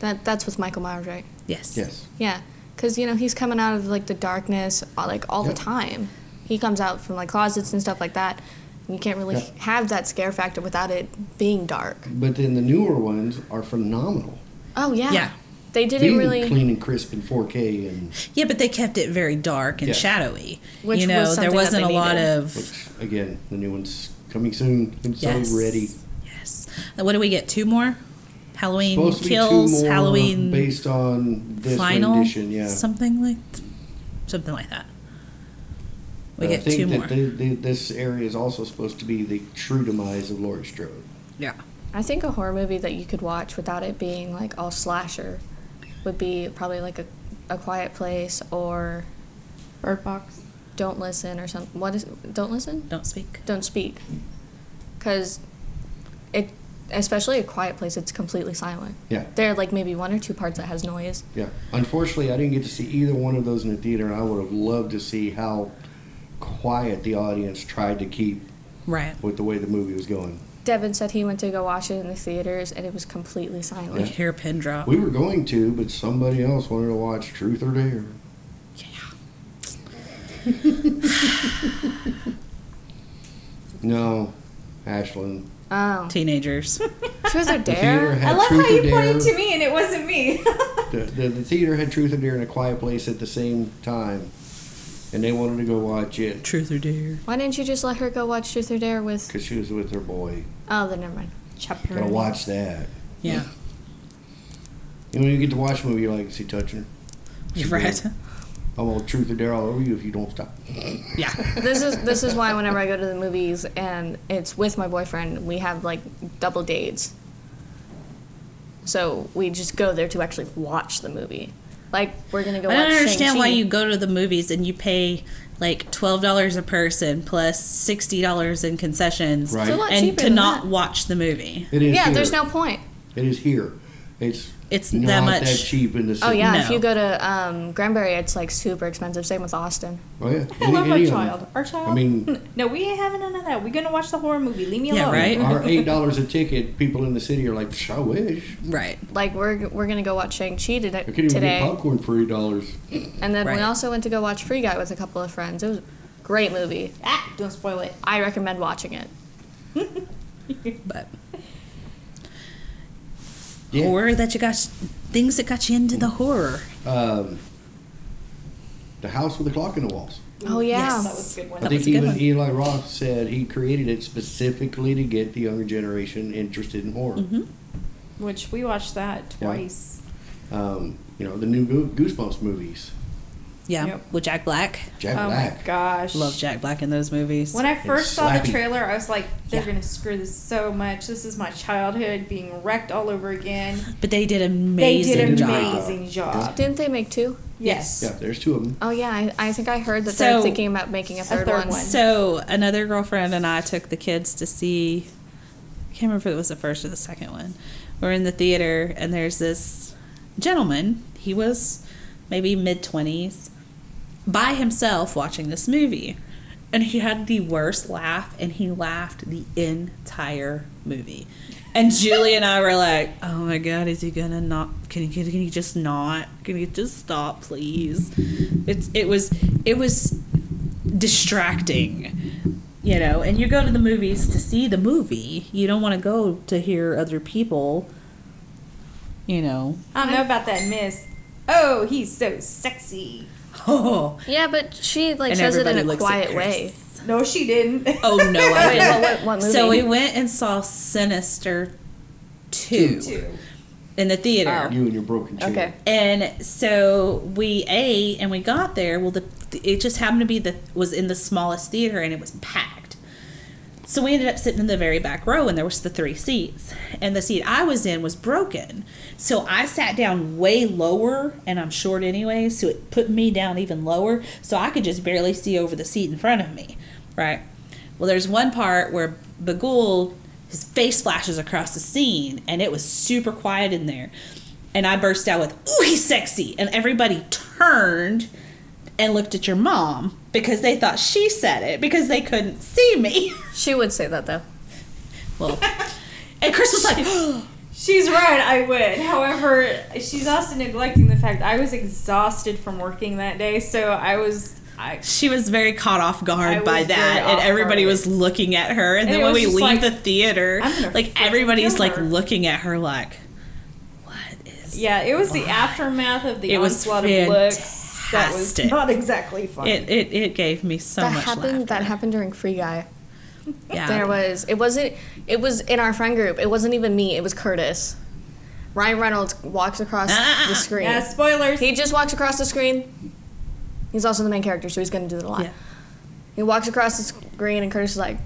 Speaker 5: That that's with Michael Myers, right?
Speaker 4: yes,
Speaker 2: Yes.
Speaker 5: Yeah, because you know he's coming out of like the darkness uh, like all
Speaker 2: Yep.
Speaker 5: the time. He comes out from like closets and stuff like that. You can't really
Speaker 2: Yep.
Speaker 5: have that scare factor without it being dark.
Speaker 2: But then the newer ones are phenomenal.
Speaker 5: Oh yeah,
Speaker 4: Yeah.
Speaker 5: They didn't
Speaker 2: Being
Speaker 5: really.
Speaker 2: clean and crisp in 4K and
Speaker 4: yeah. But they kept it very dark and
Speaker 2: Yeah.
Speaker 4: shadowy.
Speaker 5: Which
Speaker 4: you know,
Speaker 5: was
Speaker 4: there
Speaker 5: something that
Speaker 4: wasn't
Speaker 5: they
Speaker 4: a lot
Speaker 5: needed.
Speaker 4: of
Speaker 2: which again, the new one's coming soon. I'm
Speaker 4: yes,
Speaker 2: so ready.
Speaker 4: Yes. And what do we get? Two more. Halloween
Speaker 2: Supposed to be
Speaker 4: kills.
Speaker 2: two more
Speaker 4: Halloween
Speaker 2: based on this
Speaker 4: final.
Speaker 2: rendition, yeah.
Speaker 4: Something like, something like that.
Speaker 2: But
Speaker 4: We
Speaker 2: I
Speaker 4: get
Speaker 2: think
Speaker 4: two
Speaker 2: that
Speaker 4: more.
Speaker 2: the- the- this area is also supposed to be the true demise of Laurie Strode.
Speaker 4: yeah.
Speaker 5: I think a horror movie that you could watch without it being like all slasher would be probably like a, a Quiet Place or
Speaker 3: Bird Box.
Speaker 5: Don't Listen or something. What is Don't Listen?
Speaker 4: Don't speak.
Speaker 5: Don't Speak. Because it especially a quiet place, it's completely silent.
Speaker 2: Yeah.
Speaker 5: There are like maybe one or two parts that has noise.
Speaker 2: Yeah. Unfortunately, I didn't get to see either one of those in the theater, and I would have loved to see how quiet the audience tried to keep
Speaker 4: Right.
Speaker 2: with the way the movie was going.
Speaker 5: Devin said he went to go watch it in the theaters and it was completely
Speaker 4: You
Speaker 5: silent.
Speaker 4: could hear a pin drop.
Speaker 2: We were going to, but somebody else wanted to watch Truth or Dare.
Speaker 4: Yeah.
Speaker 2: No, Ashland.
Speaker 5: Oh.
Speaker 4: Teenagers.
Speaker 5: Truth or
Speaker 2: The theater
Speaker 5: Dare?
Speaker 2: had
Speaker 3: I love
Speaker 2: Truth
Speaker 3: how you
Speaker 2: or Dare.
Speaker 3: pointed to me and it wasn't me.
Speaker 2: The, the, the theater had Truth or Dare in a quiet place at the same time, and they wanted to go watch it
Speaker 4: Truth or dare.
Speaker 5: Why didn't you just let her go watch Truth or Dare with?
Speaker 2: because she was with her boy.
Speaker 5: Oh, then never mind.
Speaker 3: Chapter.
Speaker 2: Gotta watch that.
Speaker 4: Yeah.
Speaker 2: You know, when you get to watch a movie, you're like, is he touching her?
Speaker 4: You're right.
Speaker 2: I want Truth or Dare all over you if you don't stop.
Speaker 4: Yeah.
Speaker 5: This is this is why whenever I go to the movies and it's with my boyfriend, we have like double dates. So we just go there to actually watch the movie. Like we're gonna go.
Speaker 4: I don't
Speaker 5: watch
Speaker 4: understand why
Speaker 5: Shang-Chi.
Speaker 4: you go to the movies and you pay like twelve dollars a person plus sixty dollars in concessions,
Speaker 2: Right. It's a
Speaker 5: lot
Speaker 4: and
Speaker 5: cheaper
Speaker 4: to
Speaker 5: than
Speaker 4: not
Speaker 5: that.
Speaker 4: watch the movie.
Speaker 2: It is
Speaker 5: Yeah,
Speaker 2: here.
Speaker 5: there's no point.
Speaker 2: It is here. It's
Speaker 4: It's
Speaker 2: not
Speaker 4: that much.
Speaker 2: that cheap in the city.
Speaker 5: Oh yeah, if
Speaker 4: No.
Speaker 5: you go to um, Granbury, it's like super expensive. Same with Austin.
Speaker 2: Oh, yeah.
Speaker 3: I love
Speaker 2: Any-
Speaker 3: our
Speaker 2: any of
Speaker 3: child.
Speaker 2: them.
Speaker 3: Our child.
Speaker 2: I mean-
Speaker 3: no, we ain't having none of that. We're gonna watch the horror movie. Leave me
Speaker 4: Yeah,
Speaker 3: alone.
Speaker 4: right?
Speaker 2: Our eight dollars a ticket, people in the city are like, "Psh, I wish
Speaker 4: Right.
Speaker 5: Like we're we're gonna go watch Shang Chi today,
Speaker 2: I could even get
Speaker 5: today,
Speaker 2: popcorn for eight dollars.
Speaker 5: and then we
Speaker 4: Right.
Speaker 5: also went to go watch Free Guy with a couple of friends. It was a great movie.
Speaker 3: Ah, don't spoil it.
Speaker 5: I recommend watching it.
Speaker 4: But
Speaker 2: Yeah.
Speaker 4: horror that you got things that got you into the horror.
Speaker 2: Um, the house with the clock in the walls.
Speaker 5: Oh yeah,
Speaker 3: That was a good one.
Speaker 2: I
Speaker 4: That
Speaker 2: think
Speaker 4: was a good
Speaker 2: even
Speaker 4: one.
Speaker 2: Eli Roth said he created it specifically to get the younger generation interested in horror.
Speaker 4: Mm-hmm.
Speaker 3: Which we watched that
Speaker 2: Yeah.
Speaker 3: twice.
Speaker 2: Um, you know, the new Goo- Goosebumps movies.
Speaker 4: Yeah.
Speaker 3: Yep.
Speaker 4: With Jack Black.
Speaker 2: Jack
Speaker 3: oh
Speaker 2: Black.
Speaker 3: my gosh.
Speaker 4: Love Jack Black in those movies.
Speaker 3: When I first saw
Speaker 2: slappy.
Speaker 3: the trailer, I was like, they're
Speaker 4: Yeah.
Speaker 3: gonna screw this so much. This is my childhood being wrecked all over again.
Speaker 4: but they did amazing
Speaker 3: they did an
Speaker 4: job.
Speaker 3: amazing job.
Speaker 5: didn't they make two?
Speaker 3: Yes.
Speaker 2: Yeah, there's two of them.
Speaker 5: Oh yeah, I, I think I heard that
Speaker 4: So-
Speaker 5: they're thinking about making a third,
Speaker 3: third
Speaker 5: one.
Speaker 3: one.
Speaker 4: So another girlfriend and I took the kids to see. I can't remember if it was the first or the second one. We're in the theater and there's this gentleman. He was maybe mid twenties, by himself watching this movie, and he had the worst laugh, and he laughed the entire movie. And Julie and I were like, "Oh my god, is he gonna not? Can he? Can he just not? Can he just stop, please?" It's it was it was distracting you know and you go to the movies to see the movie you don't want to go to hear other people you know
Speaker 3: I don't know about that miss. Oh, he's so sexy.
Speaker 4: oh
Speaker 5: Yeah, but she like
Speaker 4: And
Speaker 5: says it in
Speaker 4: everybody
Speaker 5: a
Speaker 4: looks at
Speaker 5: quiet
Speaker 4: Chris.
Speaker 5: way.
Speaker 3: No, she didn't.
Speaker 4: oh no I
Speaker 5: Wait,
Speaker 4: didn't.
Speaker 5: what- what- what
Speaker 4: so
Speaker 5: movie?
Speaker 4: we went and saw sinister 2, in the theater
Speaker 2: You and your broken chair.
Speaker 5: Okay.
Speaker 4: And so we ate and we got there. Well, the it just happened to be the was in the smallest theater and it was packed. So we ended up sitting in the very back row and there was the three seats. And the seat I was in was broken. So I sat down way lower and I'm short anyway, so it put me down even lower so I could just barely see over the seat in front of me, right? Well, there's one part where Bagul his face flashes across the scene and it was super quiet in there. And I burst out with, Ooh, he's sexy. And everybody turned and looked at your mom because they thought she said it because they couldn't see me.
Speaker 5: She would say that though.
Speaker 4: Well, and Chris was like,
Speaker 3: She's right, I would. However, she's also neglecting the fact I was exhausted from working that day, so I was. I,
Speaker 4: She was very caught off
Speaker 3: I
Speaker 4: guard by
Speaker 3: was
Speaker 4: that.
Speaker 3: very
Speaker 4: And
Speaker 3: off
Speaker 4: everybody
Speaker 3: guard.
Speaker 4: was looking at her. And,
Speaker 3: And
Speaker 4: then
Speaker 3: it
Speaker 4: when
Speaker 3: was
Speaker 4: we
Speaker 3: just
Speaker 4: leave
Speaker 3: like,
Speaker 4: the theater,
Speaker 3: I'm gonna
Speaker 4: like
Speaker 3: freaking
Speaker 4: everybody's
Speaker 3: kill
Speaker 4: like
Speaker 3: her.
Speaker 4: looking at her like, What is
Speaker 3: yeah, it was the aftermath of the
Speaker 4: It was
Speaker 3: onslaught of looks that was
Speaker 4: fantastic.
Speaker 3: not exactly fun.
Speaker 4: it, it, it gave me so
Speaker 5: that
Speaker 4: much
Speaker 5: happened. That
Speaker 4: laughter. Ah,
Speaker 5: happened during Free Guy.
Speaker 4: yeah.
Speaker 5: There was. It wasn't. It was in our friend group. It wasn't even me. It was Curtis. Ryan Reynolds walks across
Speaker 4: Ah.
Speaker 5: the screen.
Speaker 3: yeah, spoilers.
Speaker 5: He just walks across the screen. He's also the main character, so he's gonna do the line.
Speaker 4: Yeah.
Speaker 5: He walks across the screen, and Curtis is like,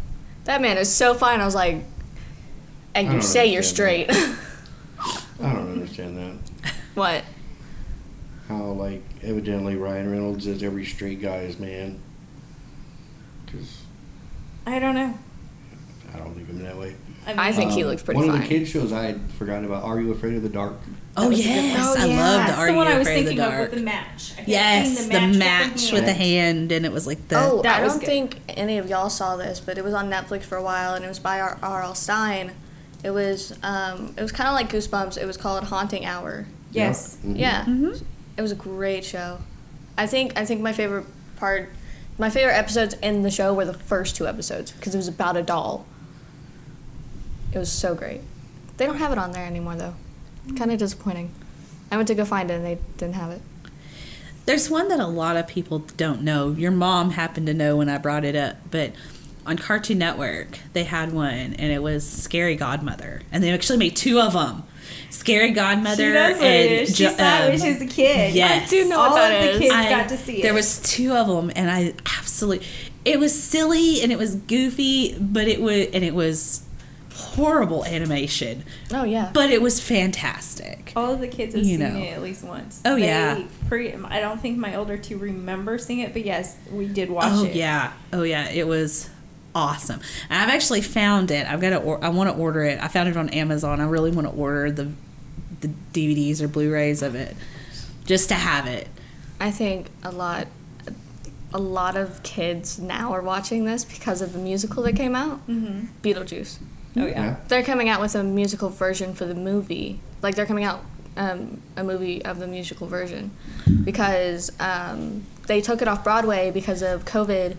Speaker 5: "That man is so fine." I was like, "And
Speaker 2: I
Speaker 5: you
Speaker 2: don't
Speaker 5: say you're
Speaker 2: understand
Speaker 5: straight."
Speaker 2: I don't understand that.
Speaker 5: what?
Speaker 2: How like evidently Ryan Reynolds is every straight guy's man. 'Cause
Speaker 3: I don't know.
Speaker 2: I don't leave him that way.
Speaker 3: I, mean,
Speaker 7: I think he
Speaker 2: Um,
Speaker 7: looks pretty
Speaker 2: One of
Speaker 7: fine.
Speaker 2: the kids shows I had forgotten about. Are you afraid of the dark?
Speaker 4: Oh
Speaker 5: was a good
Speaker 4: yes,
Speaker 5: one.
Speaker 4: I
Speaker 5: Oh, yeah.
Speaker 4: love
Speaker 3: that's
Speaker 4: the Are
Speaker 3: the one
Speaker 4: You
Speaker 3: I was
Speaker 4: Afraid of the
Speaker 3: thinking of
Speaker 4: Dark?
Speaker 3: with the match. I kept
Speaker 4: yes,
Speaker 3: seeing
Speaker 4: the match with the
Speaker 3: hand.
Speaker 4: hand, and it was like the
Speaker 5: oh,
Speaker 7: That
Speaker 5: I
Speaker 7: was
Speaker 5: don't
Speaker 7: good.
Speaker 5: think any of y'all saw this, but it was on Netflix for a while, and it was by R. R. L. Stein. It was um, it was kind of like Goosebumps. It was called Haunting Hour.
Speaker 3: Yes.
Speaker 2: Mhm.
Speaker 5: Yeah, it was a great show. I think I think my favorite part, my favorite episodes in the show were the first two episodes because it was about a doll. It was so great. They don't have it on there anymore though. Kind of disappointing. I went to go find it and they didn't have it.
Speaker 4: There's one that a lot of people don't know. Your mom happened to know when I brought it up, but on Cartoon Network they had one, and it was Scary Godmother, and they actually made two of them. Scary Godmother
Speaker 3: She knows what
Speaker 4: and
Speaker 3: it is. She
Speaker 4: Jo-
Speaker 3: saw it when
Speaker 4: um,
Speaker 3: she was a kid.
Speaker 4: yes. I do know
Speaker 3: All
Speaker 7: what that
Speaker 3: of the
Speaker 7: is.
Speaker 3: kids
Speaker 4: I-
Speaker 3: got to see it.
Speaker 4: There was two of them, and I absolutely. It was silly and it was goofy, but it was and it was horrible animation,
Speaker 5: Oh yeah.
Speaker 4: but it was fantastic.
Speaker 3: All of the kids have
Speaker 4: you
Speaker 3: seen
Speaker 4: know.
Speaker 3: it at least once.
Speaker 4: Oh,
Speaker 3: They
Speaker 4: yeah.
Speaker 3: Pre, I don't think my older two remember seeing it, but yes, we did watch
Speaker 4: oh
Speaker 3: it.
Speaker 4: yeah, oh yeah, it was awesome. And I've actually found it. I've got to. Or- I want to order it. I found it on Amazon. I really want to order the the DVDs or Blu-rays of it just to have it.
Speaker 5: I think a lot, a lot of kids now are watching this because of the musical that came out, mm-hmm. Beetlejuice.
Speaker 3: Oh yeah.
Speaker 5: They're coming out with a musical version for the movie. Like they're coming out um, a movie of the musical version because um, they took it off Broadway because of COVID.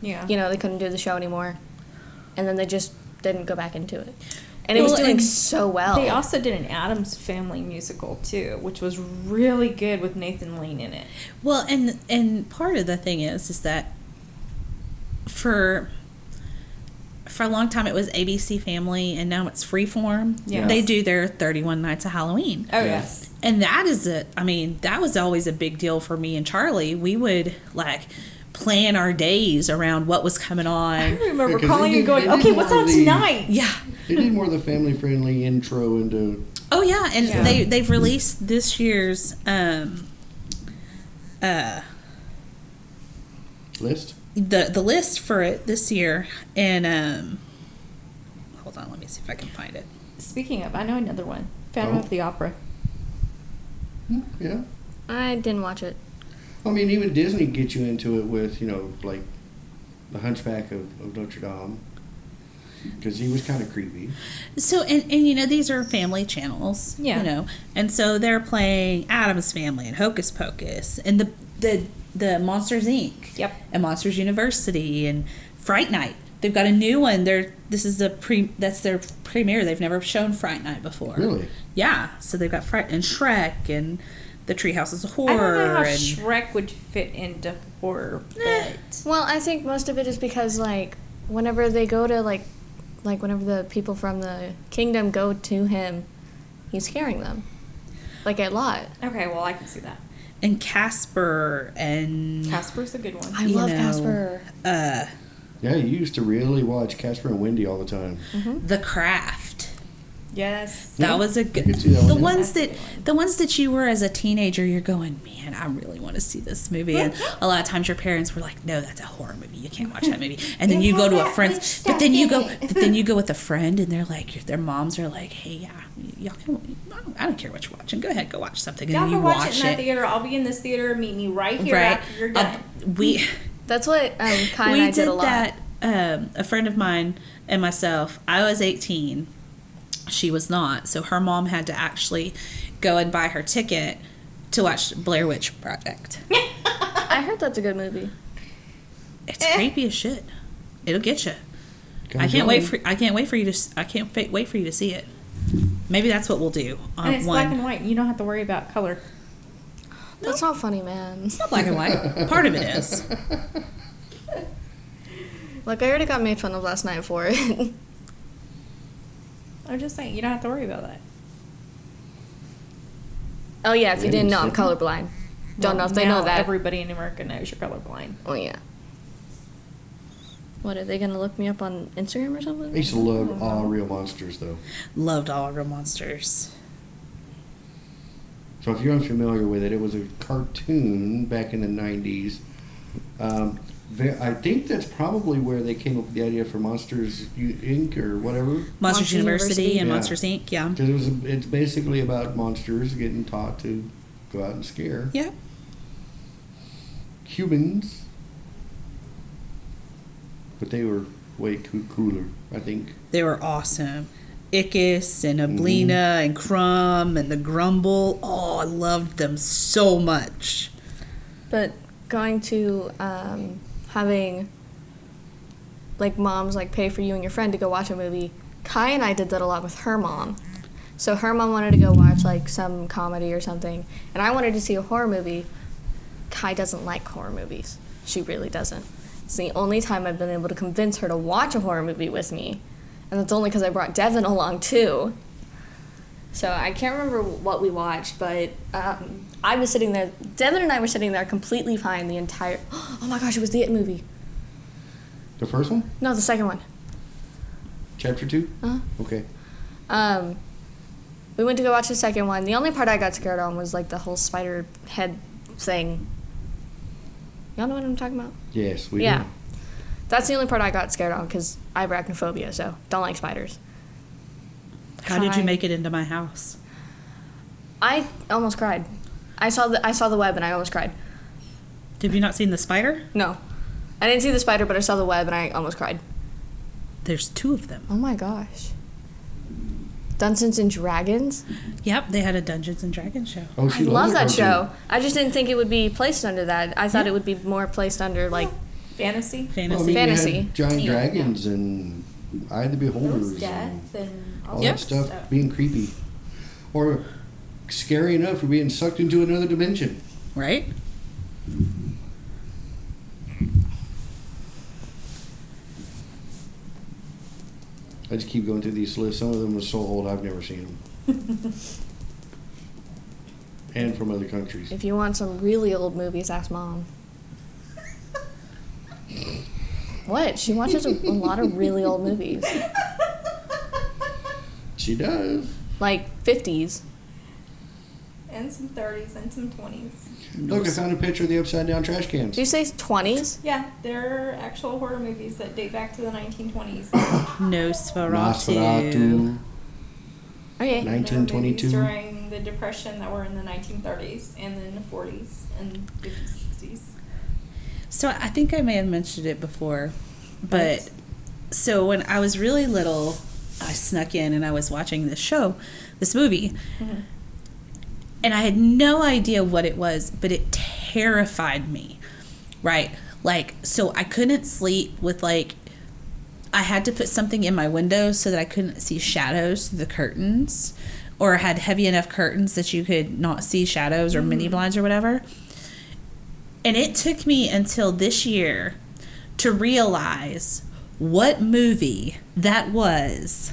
Speaker 3: Yeah.
Speaker 5: You know they couldn't do the show anymore, and then they just didn't go back into it. And it was
Speaker 4: Well,
Speaker 5: doing
Speaker 4: and
Speaker 5: so well.
Speaker 3: They also did an Adams Family musical too, which was really good with Nathan Lane in it.
Speaker 4: Well, and and part of the thing is is that for for a long time it was ABC Family, and now it's Freeform.
Speaker 3: Yes.
Speaker 4: they do their thirty one nights of Halloween.
Speaker 3: Oh
Speaker 2: Yeah.
Speaker 3: yes.
Speaker 4: And that is a, I mean, that was always a big deal for me and Charlie. We would like plan our days around what was coming
Speaker 3: I
Speaker 4: on.
Speaker 3: remember
Speaker 2: 'cause they
Speaker 3: calling and
Speaker 2: did-
Speaker 3: going,
Speaker 2: they did
Speaker 3: "Okay, what's
Speaker 2: more
Speaker 3: on
Speaker 2: of the-
Speaker 3: tonight?"
Speaker 4: Yeah.
Speaker 2: They did more of the family-friendly intro into.
Speaker 4: Oh yeah, and
Speaker 3: Yeah.
Speaker 4: they they've released this year's um uh
Speaker 2: List?
Speaker 4: the the list for it this year and um hold on, let me see if I can find it.
Speaker 3: Speaking of, I know another one. Phantom
Speaker 2: Oh.
Speaker 3: of the Opera.
Speaker 2: Yeah.
Speaker 5: I didn't watch it.
Speaker 2: I mean, even Disney gets you into it with, you know, like the Hunchback of, of Notre Dame. Because he was kind of creepy.
Speaker 4: So and, and you know these are family channels,
Speaker 3: Yeah.
Speaker 4: you know, and so they're playing Adam's Family and Hocus Pocus and the the the Monsters Inc.
Speaker 3: Yep.
Speaker 4: and Monsters University and Fright Night. They've got a new one. They're this is a pre that's their premiere. They've never shown Fright Night before.
Speaker 2: Really?
Speaker 4: Yeah. So they've got Fright and Shrek and the Treehouse is a horror.
Speaker 3: I don't know how
Speaker 4: and,
Speaker 3: Shrek would fit into horror,
Speaker 4: Eh.
Speaker 3: but
Speaker 5: Well, I think most of it is because like whenever they go to like like whenever the people from the kingdom go to him, he's scaring them. Like a lot.
Speaker 3: okay. Well, I can see that.
Speaker 4: and Casper and
Speaker 3: Casper's a good one.
Speaker 5: I
Speaker 4: You
Speaker 5: love
Speaker 4: know.
Speaker 5: Casper.
Speaker 4: uh,
Speaker 2: Yeah, you used to really watch Casper and Wendy all the time.
Speaker 4: The Craft.
Speaker 3: Yes.
Speaker 4: That was a good.
Speaker 2: could Hmm? see that
Speaker 4: The
Speaker 2: one.
Speaker 4: ones
Speaker 3: That's a
Speaker 4: that
Speaker 3: good one.
Speaker 4: the ones that you were as a teenager, you're going, man, I really want to see this movie. And a lot of times your parents were like, no, that's a horror movie. You can't watch that movie. And then
Speaker 3: It
Speaker 4: you go
Speaker 3: has
Speaker 4: to a
Speaker 3: that witch
Speaker 4: friend's, but
Speaker 3: stuff
Speaker 4: then you
Speaker 3: in
Speaker 4: go,
Speaker 3: it.
Speaker 4: but then you go with a friend, and they're like, their moms are like, hey, yeah, y'all can. I don't, I don't care what you're watching. Go ahead, go watch something, and
Speaker 3: Y'all
Speaker 4: then you
Speaker 3: can watch, it
Speaker 4: watch
Speaker 3: in that
Speaker 4: it.
Speaker 3: theater. I'll be in this theater. Meet me right here
Speaker 4: Right?
Speaker 3: after you're
Speaker 4: Uh,
Speaker 3: done.
Speaker 4: we
Speaker 5: That's what um, Kai and
Speaker 4: we
Speaker 5: I did,
Speaker 4: did
Speaker 5: a lot.
Speaker 4: that. Um, a friend of mine and myself. I was 18. She was not. So her mom had to actually go and buy her ticket to watch Blair Witch Project.
Speaker 5: I heard that's a good movie. Eh.
Speaker 4: It's creepy as shit. It'll get you. I can't wait for I can't wait for you to s- I can't fa- wait for you to see it. Maybe that's what we'll do. Um,
Speaker 3: and it's
Speaker 4: one.
Speaker 3: black and white. You don't have to worry about color.
Speaker 5: That's not funny, man.
Speaker 4: It's not black and white. Part of it is.
Speaker 5: Look, I already got made fun of last night for it.
Speaker 3: I'm just saying, you don't have to worry about that.
Speaker 5: oh yeah, if you
Speaker 2: Yeah,
Speaker 5: didn't know, I'm
Speaker 2: it's
Speaker 5: colorblind. Don't know if they
Speaker 3: Well,
Speaker 5: know
Speaker 3: now
Speaker 5: that.
Speaker 3: Everybody in America knows you're colorblind.
Speaker 5: oh yeah. What are they gonna look me up on Instagram or
Speaker 2: I
Speaker 5: something?
Speaker 2: used to love all real monsters, though.
Speaker 4: Loved all real monsters.
Speaker 2: So if you're unfamiliar with it, it was a cartoon back in the 90s um, ve- I think that's probably where they came up with the idea for Monsters U- Inc. or whatever.
Speaker 4: Monsters
Speaker 5: Monsters
Speaker 4: University,
Speaker 5: University.
Speaker 4: and
Speaker 2: Yeah.
Speaker 4: Monsters Inc. Yeah.
Speaker 2: Because it was it's basically about monsters getting taught to go out and scare
Speaker 4: Yeah.
Speaker 2: humans. But they were way coo- cooler, I think.
Speaker 4: They were awesome. Ickis and Oblina
Speaker 2: Mm-hmm.
Speaker 4: and Crumb and the Grumble. Oh, I loved them so much.
Speaker 5: But going to um, having like moms like pay for you and your friend to go watch a movie. Kai and I did that a lot with her mom. So her mom wanted to go watch like some comedy or something, and I wanted to see a horror movie. Kai doesn't like horror movies. She really doesn't. It's the only time I've been able to convince her to watch a horror movie with me, and that's only because I brought Devin along too. So I can't remember what we watched, but um, I was sitting there. Devin and I were sitting there completely fine the entire. Oh my gosh, it was the It movie.
Speaker 2: The first one?
Speaker 5: No, the second one.
Speaker 2: Chapter 2?
Speaker 5: Uh-huh.
Speaker 2: Okay.
Speaker 5: Um, we went to go watch the second one. The only part I got scared on was like the whole spider head thing. Y'all know what I'm talking about?
Speaker 2: Yes, we
Speaker 5: yeah.
Speaker 2: do.
Speaker 5: That's the only part I got scared on because I have arachnophobia, so don't like spiders.
Speaker 4: How did you
Speaker 5: Hi.
Speaker 4: make it into my house?
Speaker 5: I almost cried. I saw the I saw the web and I almost cried.
Speaker 4: Have you not seen the spider?
Speaker 5: No, I didn't see the spider, but I saw the web and I almost cried.
Speaker 4: There's two of them.
Speaker 5: Oh my gosh. Dungeons and Dragons.
Speaker 4: Yep, they had a Dungeons and Dragons show.
Speaker 2: Oh,
Speaker 5: I
Speaker 2: she
Speaker 5: love
Speaker 2: loves
Speaker 5: that
Speaker 2: cartoon.
Speaker 5: show. I just didn't think it would be placed under that. I thought it would be more placed under like
Speaker 3: Fantasy.
Speaker 2: Well, I mean,
Speaker 4: Fantasy.
Speaker 2: you had
Speaker 5: Fantasy.
Speaker 2: giant
Speaker 3: Yeah.
Speaker 2: dragons and Eye of the
Speaker 3: There was
Speaker 2: Beholders. and-
Speaker 3: death and all
Speaker 2: all
Speaker 3: that
Speaker 2: that stuff
Speaker 3: stuff.
Speaker 2: being creepy or scary enough for being sucked into another dimension
Speaker 4: right?
Speaker 2: i just keep going through these lists some of them are so old i've never seen them and from other countries
Speaker 5: If you want some really old movies, ask mom. what? She watches a, a lot of really old movies,
Speaker 2: she does
Speaker 5: like 50s.
Speaker 3: And some 30s and some 20s.
Speaker 2: look i found a picture of the upside down trash cans
Speaker 5: Do you say 20s?
Speaker 3: Yeah, there are actual horror movies that date back to the 1920s.
Speaker 4: Nosferatu.
Speaker 2: Nosferatu,
Speaker 5: Okay.
Speaker 2: Nice. 1922.
Speaker 3: There were movies during the Depression that were in the 1930s and then the 40s and 50s, 60s.
Speaker 4: So I think I may have mentioned it before, but so when I was really little, I snuck in and I was watching this show, this movie, and I had no idea what it was, but it terrified me, right? Like, so I couldn't sleep with like, I had to put something in my window so that I couldn't see shadows through the curtains, or had heavy enough curtains that you could not see shadows or mini blinds or whatever. And it took me until this year to realize what movie that was.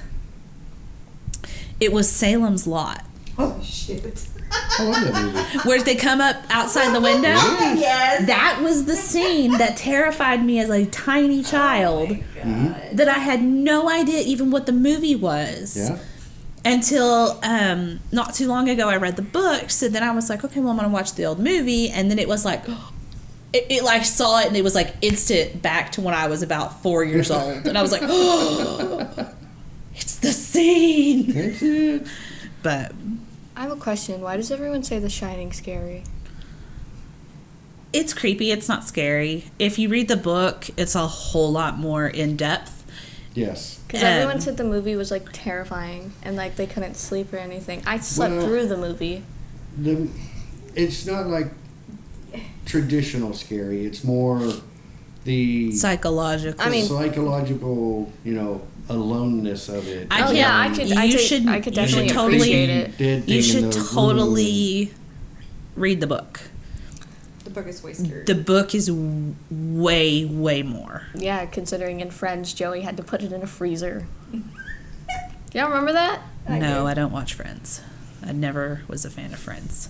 Speaker 4: It was Salem's Lot,
Speaker 3: Oh, shit.
Speaker 2: i love that movie
Speaker 4: where they come up outside the window.
Speaker 3: Yes.
Speaker 4: That was the scene that terrified me as a tiny child that I had no idea even what the movie was
Speaker 2: yeah
Speaker 4: until um, not too long ago I read the book. So then I was like, okay, well I'm gonna watch the old movie, and then it was like, it, it like saw it and it was like instant back to when I was about four years old, and I was like, it's the scene.
Speaker 2: that's it
Speaker 4: But
Speaker 5: I have a question. Why does everyone say The Shining scary?
Speaker 4: it's creepy. It's not scary. If you read the book, it's a whole lot more in depth.
Speaker 2: yes
Speaker 5: Because
Speaker 4: Um,
Speaker 5: everyone said the movie was like terrifying and like they couldn't sleep or anything. I slept
Speaker 2: Well-
Speaker 5: through the movie.
Speaker 2: the, it's not like traditional scary it's more the
Speaker 4: Psychological.
Speaker 5: I mean-
Speaker 2: psychological, you know, aloneness of it.
Speaker 4: I
Speaker 5: Oh,
Speaker 4: can't.
Speaker 5: yeah, I could-
Speaker 4: You
Speaker 5: I take-
Speaker 4: should.
Speaker 5: I could
Speaker 4: you should
Speaker 5: definitely
Speaker 4: totally.
Speaker 5: appreciate it.
Speaker 2: Dead
Speaker 4: You
Speaker 2: thing in
Speaker 4: should
Speaker 2: the room.
Speaker 4: totally read the book.
Speaker 3: The book is way scary.
Speaker 4: The book is w- way, way more.
Speaker 5: Yeah, considering in Friends, Joey had to put it in a freezer. Y'all remember that?
Speaker 4: no, I don't watch Friends. I never was a fan of Friends.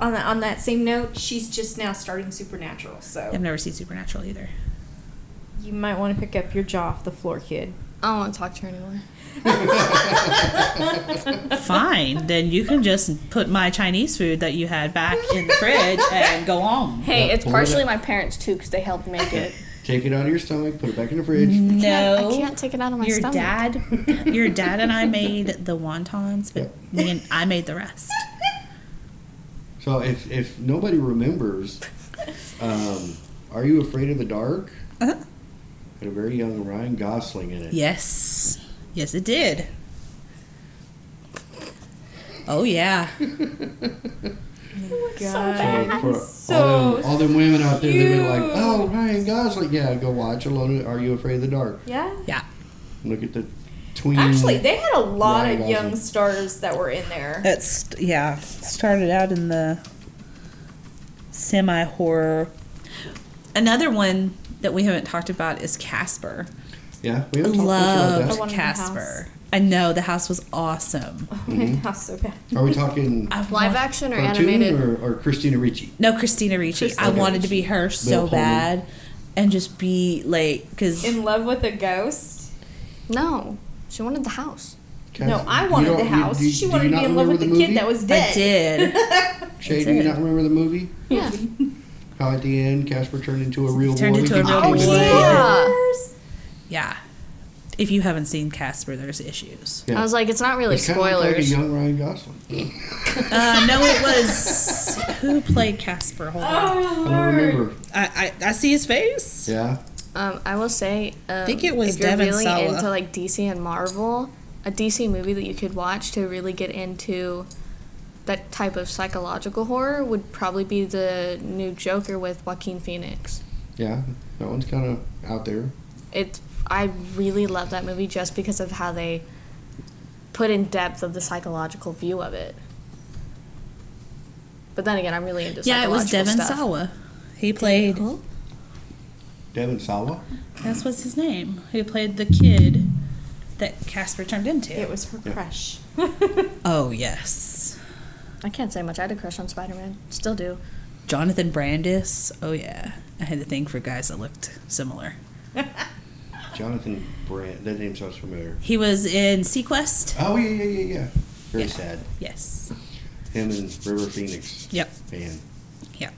Speaker 3: on that on that same note, she's just now starting Supernatural,
Speaker 8: Oh.
Speaker 3: so
Speaker 4: I've never seen Supernatural either.
Speaker 3: you might want to pick up your jaw off the floor, kid.
Speaker 5: I don't want to talk to her anymore.
Speaker 4: Fine, then you can just put my Chinese food that you had back in the fridge and go home.
Speaker 5: Hey,
Speaker 2: Yeah,
Speaker 5: it's
Speaker 2: pull it
Speaker 5: partially
Speaker 2: up.
Speaker 5: my parents too because they helped make it.
Speaker 2: Take it out of your stomach, put it back in the
Speaker 4: Mm-hmm.
Speaker 2: fridge.
Speaker 8: I
Speaker 4: No.
Speaker 8: can't take it out of my
Speaker 4: your
Speaker 8: stomach.
Speaker 4: dad, your dad and I made the wontons, but me and I made the rest.
Speaker 2: So if if nobody remembers, um, are you afraid of the dark?
Speaker 4: Uh-huh.
Speaker 2: Had a very young Ryan Gosling in it.
Speaker 4: Yes, yes, it did. Oh yeah,
Speaker 2: So for all,
Speaker 3: So
Speaker 2: them, all them women out there, they'd be like,
Speaker 3: cute.
Speaker 2: "Oh, Ryan Gosling, yeah, go watch Alone. Are you afraid of the dark?
Speaker 3: yeah.
Speaker 2: Look at the tween."
Speaker 3: Actually, they had a lot
Speaker 2: Ryan
Speaker 3: of
Speaker 2: Gosling.
Speaker 3: young stars that were in there.
Speaker 4: that's yeah. Started out in the semi horror. Another one that we haven't talked about is Casper.
Speaker 2: yeah, we haven't talked much about
Speaker 4: Loved
Speaker 3: The one in the house.
Speaker 4: Casper. I know the house was awesome.
Speaker 3: Oh
Speaker 2: Mm-hmm.
Speaker 3: my God, so bad.
Speaker 2: that. Are we talking
Speaker 4: I
Speaker 5: Live
Speaker 4: want-
Speaker 5: action or
Speaker 2: cartoon
Speaker 5: animated?
Speaker 2: or, or Christina Ricci?
Speaker 4: No, Christina Ricci. I
Speaker 2: Okay.
Speaker 4: wanted to be her so
Speaker 2: Holden.
Speaker 4: bad, and just be like, because
Speaker 3: In love with a ghost.
Speaker 5: No, she wanted the house.
Speaker 3: No, I wanted the house. she wanted to be in love with the, kid that was dead.
Speaker 4: I did.
Speaker 2: Shay, do you
Speaker 4: That's it.
Speaker 2: not remember the movie?
Speaker 8: Yeah.
Speaker 2: How at the end Casper turned into a real
Speaker 4: Turned
Speaker 2: boy.
Speaker 4: into a real
Speaker 2: became
Speaker 4: boy.
Speaker 5: Yeah.
Speaker 4: Yeah. If you haven't seen Casper, there's issues.
Speaker 2: Yeah.
Speaker 5: I was like, it's not really
Speaker 2: It's kind of like a
Speaker 5: spoilers.
Speaker 2: young Ryan Gosling.
Speaker 4: Uh, no, it was who played Casper? Hold on.
Speaker 3: Oh,
Speaker 2: I don't
Speaker 3: Lord.
Speaker 2: remember.
Speaker 4: I, I, I see his face.
Speaker 2: Yeah.
Speaker 5: Um, I will say, um,
Speaker 4: think it was
Speaker 5: if you're
Speaker 4: Devon
Speaker 5: really
Speaker 4: Sawa.
Speaker 5: into like DC and Marvel, a DC movie that you could watch to really get into that type of psychological horror would probably be the new Joker with Joaquin Phoenix.
Speaker 2: Yeah. That one's kind of out there.
Speaker 5: It, I really love that movie just because of how they put in depth of the psychological view of it. But then again, I'm really into
Speaker 4: Yeah, it was
Speaker 5: psychological
Speaker 4: Devon
Speaker 5: stuff.
Speaker 4: Sawa. He played.
Speaker 2: Devin Sawa.
Speaker 4: That's what's his name. Who played the kid that Casper turned into?
Speaker 3: It was her
Speaker 2: Yeah.
Speaker 3: crush.
Speaker 4: oh yes,
Speaker 5: I can't say much. I had a crush on Spider-Man. Still do.
Speaker 4: Jonathan Brandis. Oh yeah, I had the thing for guys that looked similar.
Speaker 2: Jonathan Brand. That name sounds familiar.
Speaker 4: He was in Sequest.
Speaker 2: Oh, yeah, yeah, yeah, yeah. Very
Speaker 4: Yeah.
Speaker 2: sad.
Speaker 4: Yes.
Speaker 2: Him and River Phoenix.
Speaker 4: Yep.
Speaker 2: Man.
Speaker 4: Yep.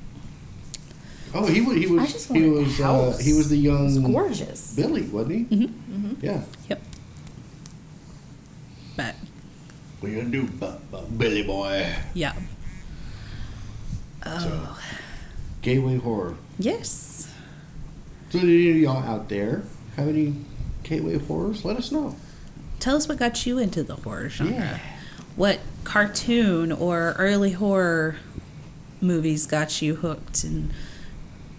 Speaker 2: Oh, he was. He was.
Speaker 3: I just
Speaker 2: he
Speaker 3: wanted the
Speaker 2: was. Uh,
Speaker 3: house.
Speaker 2: he was the young
Speaker 3: It's gorgeous.
Speaker 2: Billy, wasn't he?
Speaker 4: Mhm.
Speaker 2: Yeah.
Speaker 4: Yep. But
Speaker 2: What you gonna do, bu- bu- Billy boy?
Speaker 4: yeah. Oh
Speaker 2: So, gateway horror.
Speaker 4: yes.
Speaker 2: So, do any of y'all out there have any gateway horrors? Let us know.
Speaker 4: Tell us what got you into the horror genre.
Speaker 2: Yeah.
Speaker 4: What cartoon or early horror movies got you hooked? And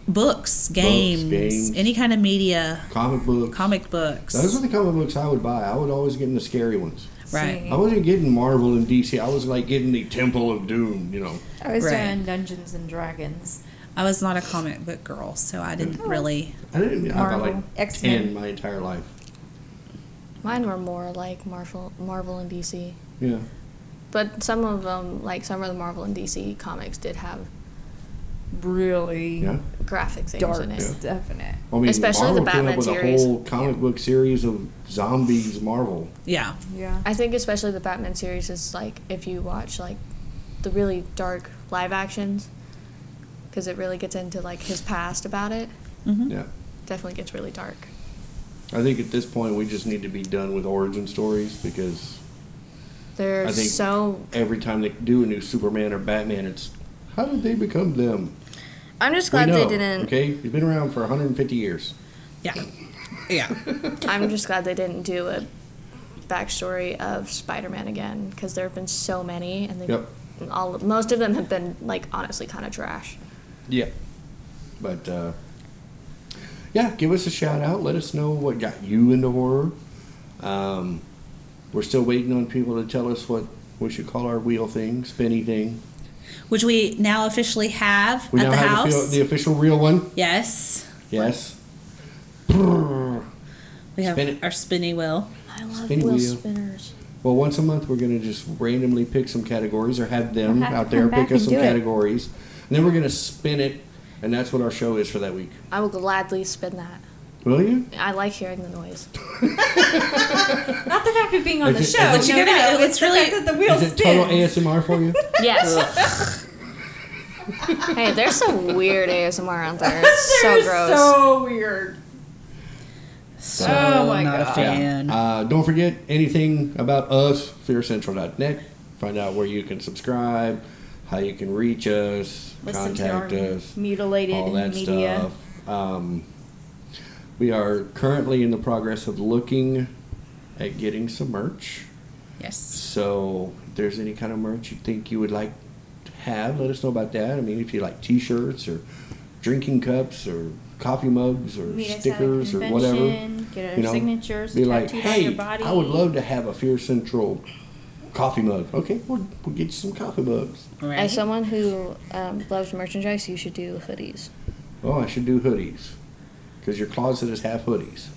Speaker 4: books, games,
Speaker 2: games.
Speaker 4: any kind of media,
Speaker 2: Comic books.
Speaker 4: comic books.
Speaker 2: Those are the comic books I would buy. I would always get in the scary ones.
Speaker 4: right.
Speaker 2: I wasn't getting Marvel and DC. I was like getting the Temple of Doom. You know.
Speaker 3: I was
Speaker 4: Right.
Speaker 3: doing Dungeons and Dragons.
Speaker 4: I was not a comic book girl, so I didn't really.
Speaker 2: I didn't. I bought
Speaker 3: Marvel,
Speaker 2: like
Speaker 3: X-Men.
Speaker 2: ten my entire life.
Speaker 5: Mine were more like Marvel, Marvel and DC.
Speaker 2: Yeah.
Speaker 5: But some of them, like some of the Marvel and DC comics, did have
Speaker 3: Really
Speaker 2: Yeah.
Speaker 5: graphic things
Speaker 3: dark
Speaker 5: in it.
Speaker 3: stuff in it.
Speaker 2: I mean,
Speaker 5: Especially the
Speaker 2: Marvel came
Speaker 5: Batman
Speaker 2: up with
Speaker 5: series.
Speaker 2: a whole comic book series of zombies. Marvel.
Speaker 4: Yeah.
Speaker 3: Yeah.
Speaker 5: I think especially the Batman series is like if you watch like the really dark live actions, because it really gets into like his past about it. Mm-hmm.
Speaker 4: Mm-hmm.
Speaker 2: Yeah.
Speaker 5: Definitely gets really dark.
Speaker 2: I think at this point we just need to be done with origin stories because I think-
Speaker 5: There's so.
Speaker 2: every time they do a new Superman or Batman, it's how did they become them?
Speaker 5: I'm just
Speaker 2: We
Speaker 5: glad they
Speaker 2: know,
Speaker 5: didn't.
Speaker 2: Okay, he's been around for 150 years.
Speaker 4: Yeah. Yeah.
Speaker 5: I'm just glad they didn't do a backstory of Spider-Man again because there have been so many, and they
Speaker 2: Yep.
Speaker 5: all most of them have been like honestly kind of trash.
Speaker 2: Yeah. But uh, yeah, give us a shout out. Let us know what got you into horror. Um, we're still waiting on people to tell us what we should call our wheel thing, spinny thing.
Speaker 4: Which we now officially have
Speaker 2: We
Speaker 4: at
Speaker 2: now
Speaker 4: the
Speaker 2: have
Speaker 4: house.
Speaker 2: The, feel- the official real one.
Speaker 4: yes.
Speaker 2: Yes. Brrr.
Speaker 4: We have
Speaker 2: Spin it.
Speaker 4: our spinny wheel.
Speaker 5: I love
Speaker 2: Spinning
Speaker 5: Will
Speaker 2: wheel.
Speaker 5: Spinners.
Speaker 2: Well, once a month, we're going to just randomly pick some categories or have them
Speaker 3: We'll have
Speaker 2: out
Speaker 3: to
Speaker 2: there
Speaker 3: come back
Speaker 2: pick us
Speaker 3: and
Speaker 2: some
Speaker 3: do it.
Speaker 2: categories. And then we're going to spin it, and that's what our show is for that week.
Speaker 5: I will gladly spin that.
Speaker 2: Will you?
Speaker 5: I like hearing the noise.
Speaker 3: Not the fact of being
Speaker 2: Is
Speaker 3: on
Speaker 2: it-
Speaker 3: the
Speaker 2: is
Speaker 3: show.
Speaker 2: it- But
Speaker 4: you
Speaker 3: no,
Speaker 4: gotta-
Speaker 3: no,
Speaker 4: it's
Speaker 3: the
Speaker 4: really-
Speaker 3: fact that the wheel
Speaker 2: Is it total
Speaker 3: spins.
Speaker 2: ASMR for you?
Speaker 5: Yes. hey, there's some weird ASMR out there. It's so
Speaker 3: They're
Speaker 5: gross.
Speaker 3: So weird.
Speaker 4: So
Speaker 3: Oh my
Speaker 4: not a
Speaker 3: God.
Speaker 4: fan.
Speaker 2: Uh, don't forget anything about us, fearcentral.net. Find out where you can subscribe, how you can reach us,
Speaker 3: Listen to
Speaker 2: contact
Speaker 3: our
Speaker 2: us,
Speaker 3: mutilated
Speaker 2: all that
Speaker 3: media.
Speaker 2: stuff. Um, we are currently in the progress of looking at getting some merch.
Speaker 4: yes.
Speaker 2: So, if there's any kind of merch you think you would like to have, let us know about that. I mean, if you like T-shirts or drinking cups or coffee mugs or
Speaker 3: Meet us at a
Speaker 2: stickers or whatever,
Speaker 3: convention, Get our signatures
Speaker 2: be like,
Speaker 3: tattooed on
Speaker 2: hey,
Speaker 3: your body.
Speaker 2: I would love to have a Fear Central coffee mug. Okay, we'll, we'll get you some coffee mugs.
Speaker 4: Right.
Speaker 6: As someone who um, loves merchandise, you should do hoodies.
Speaker 2: Oh, I should do hoodies because your closet is half hoodies.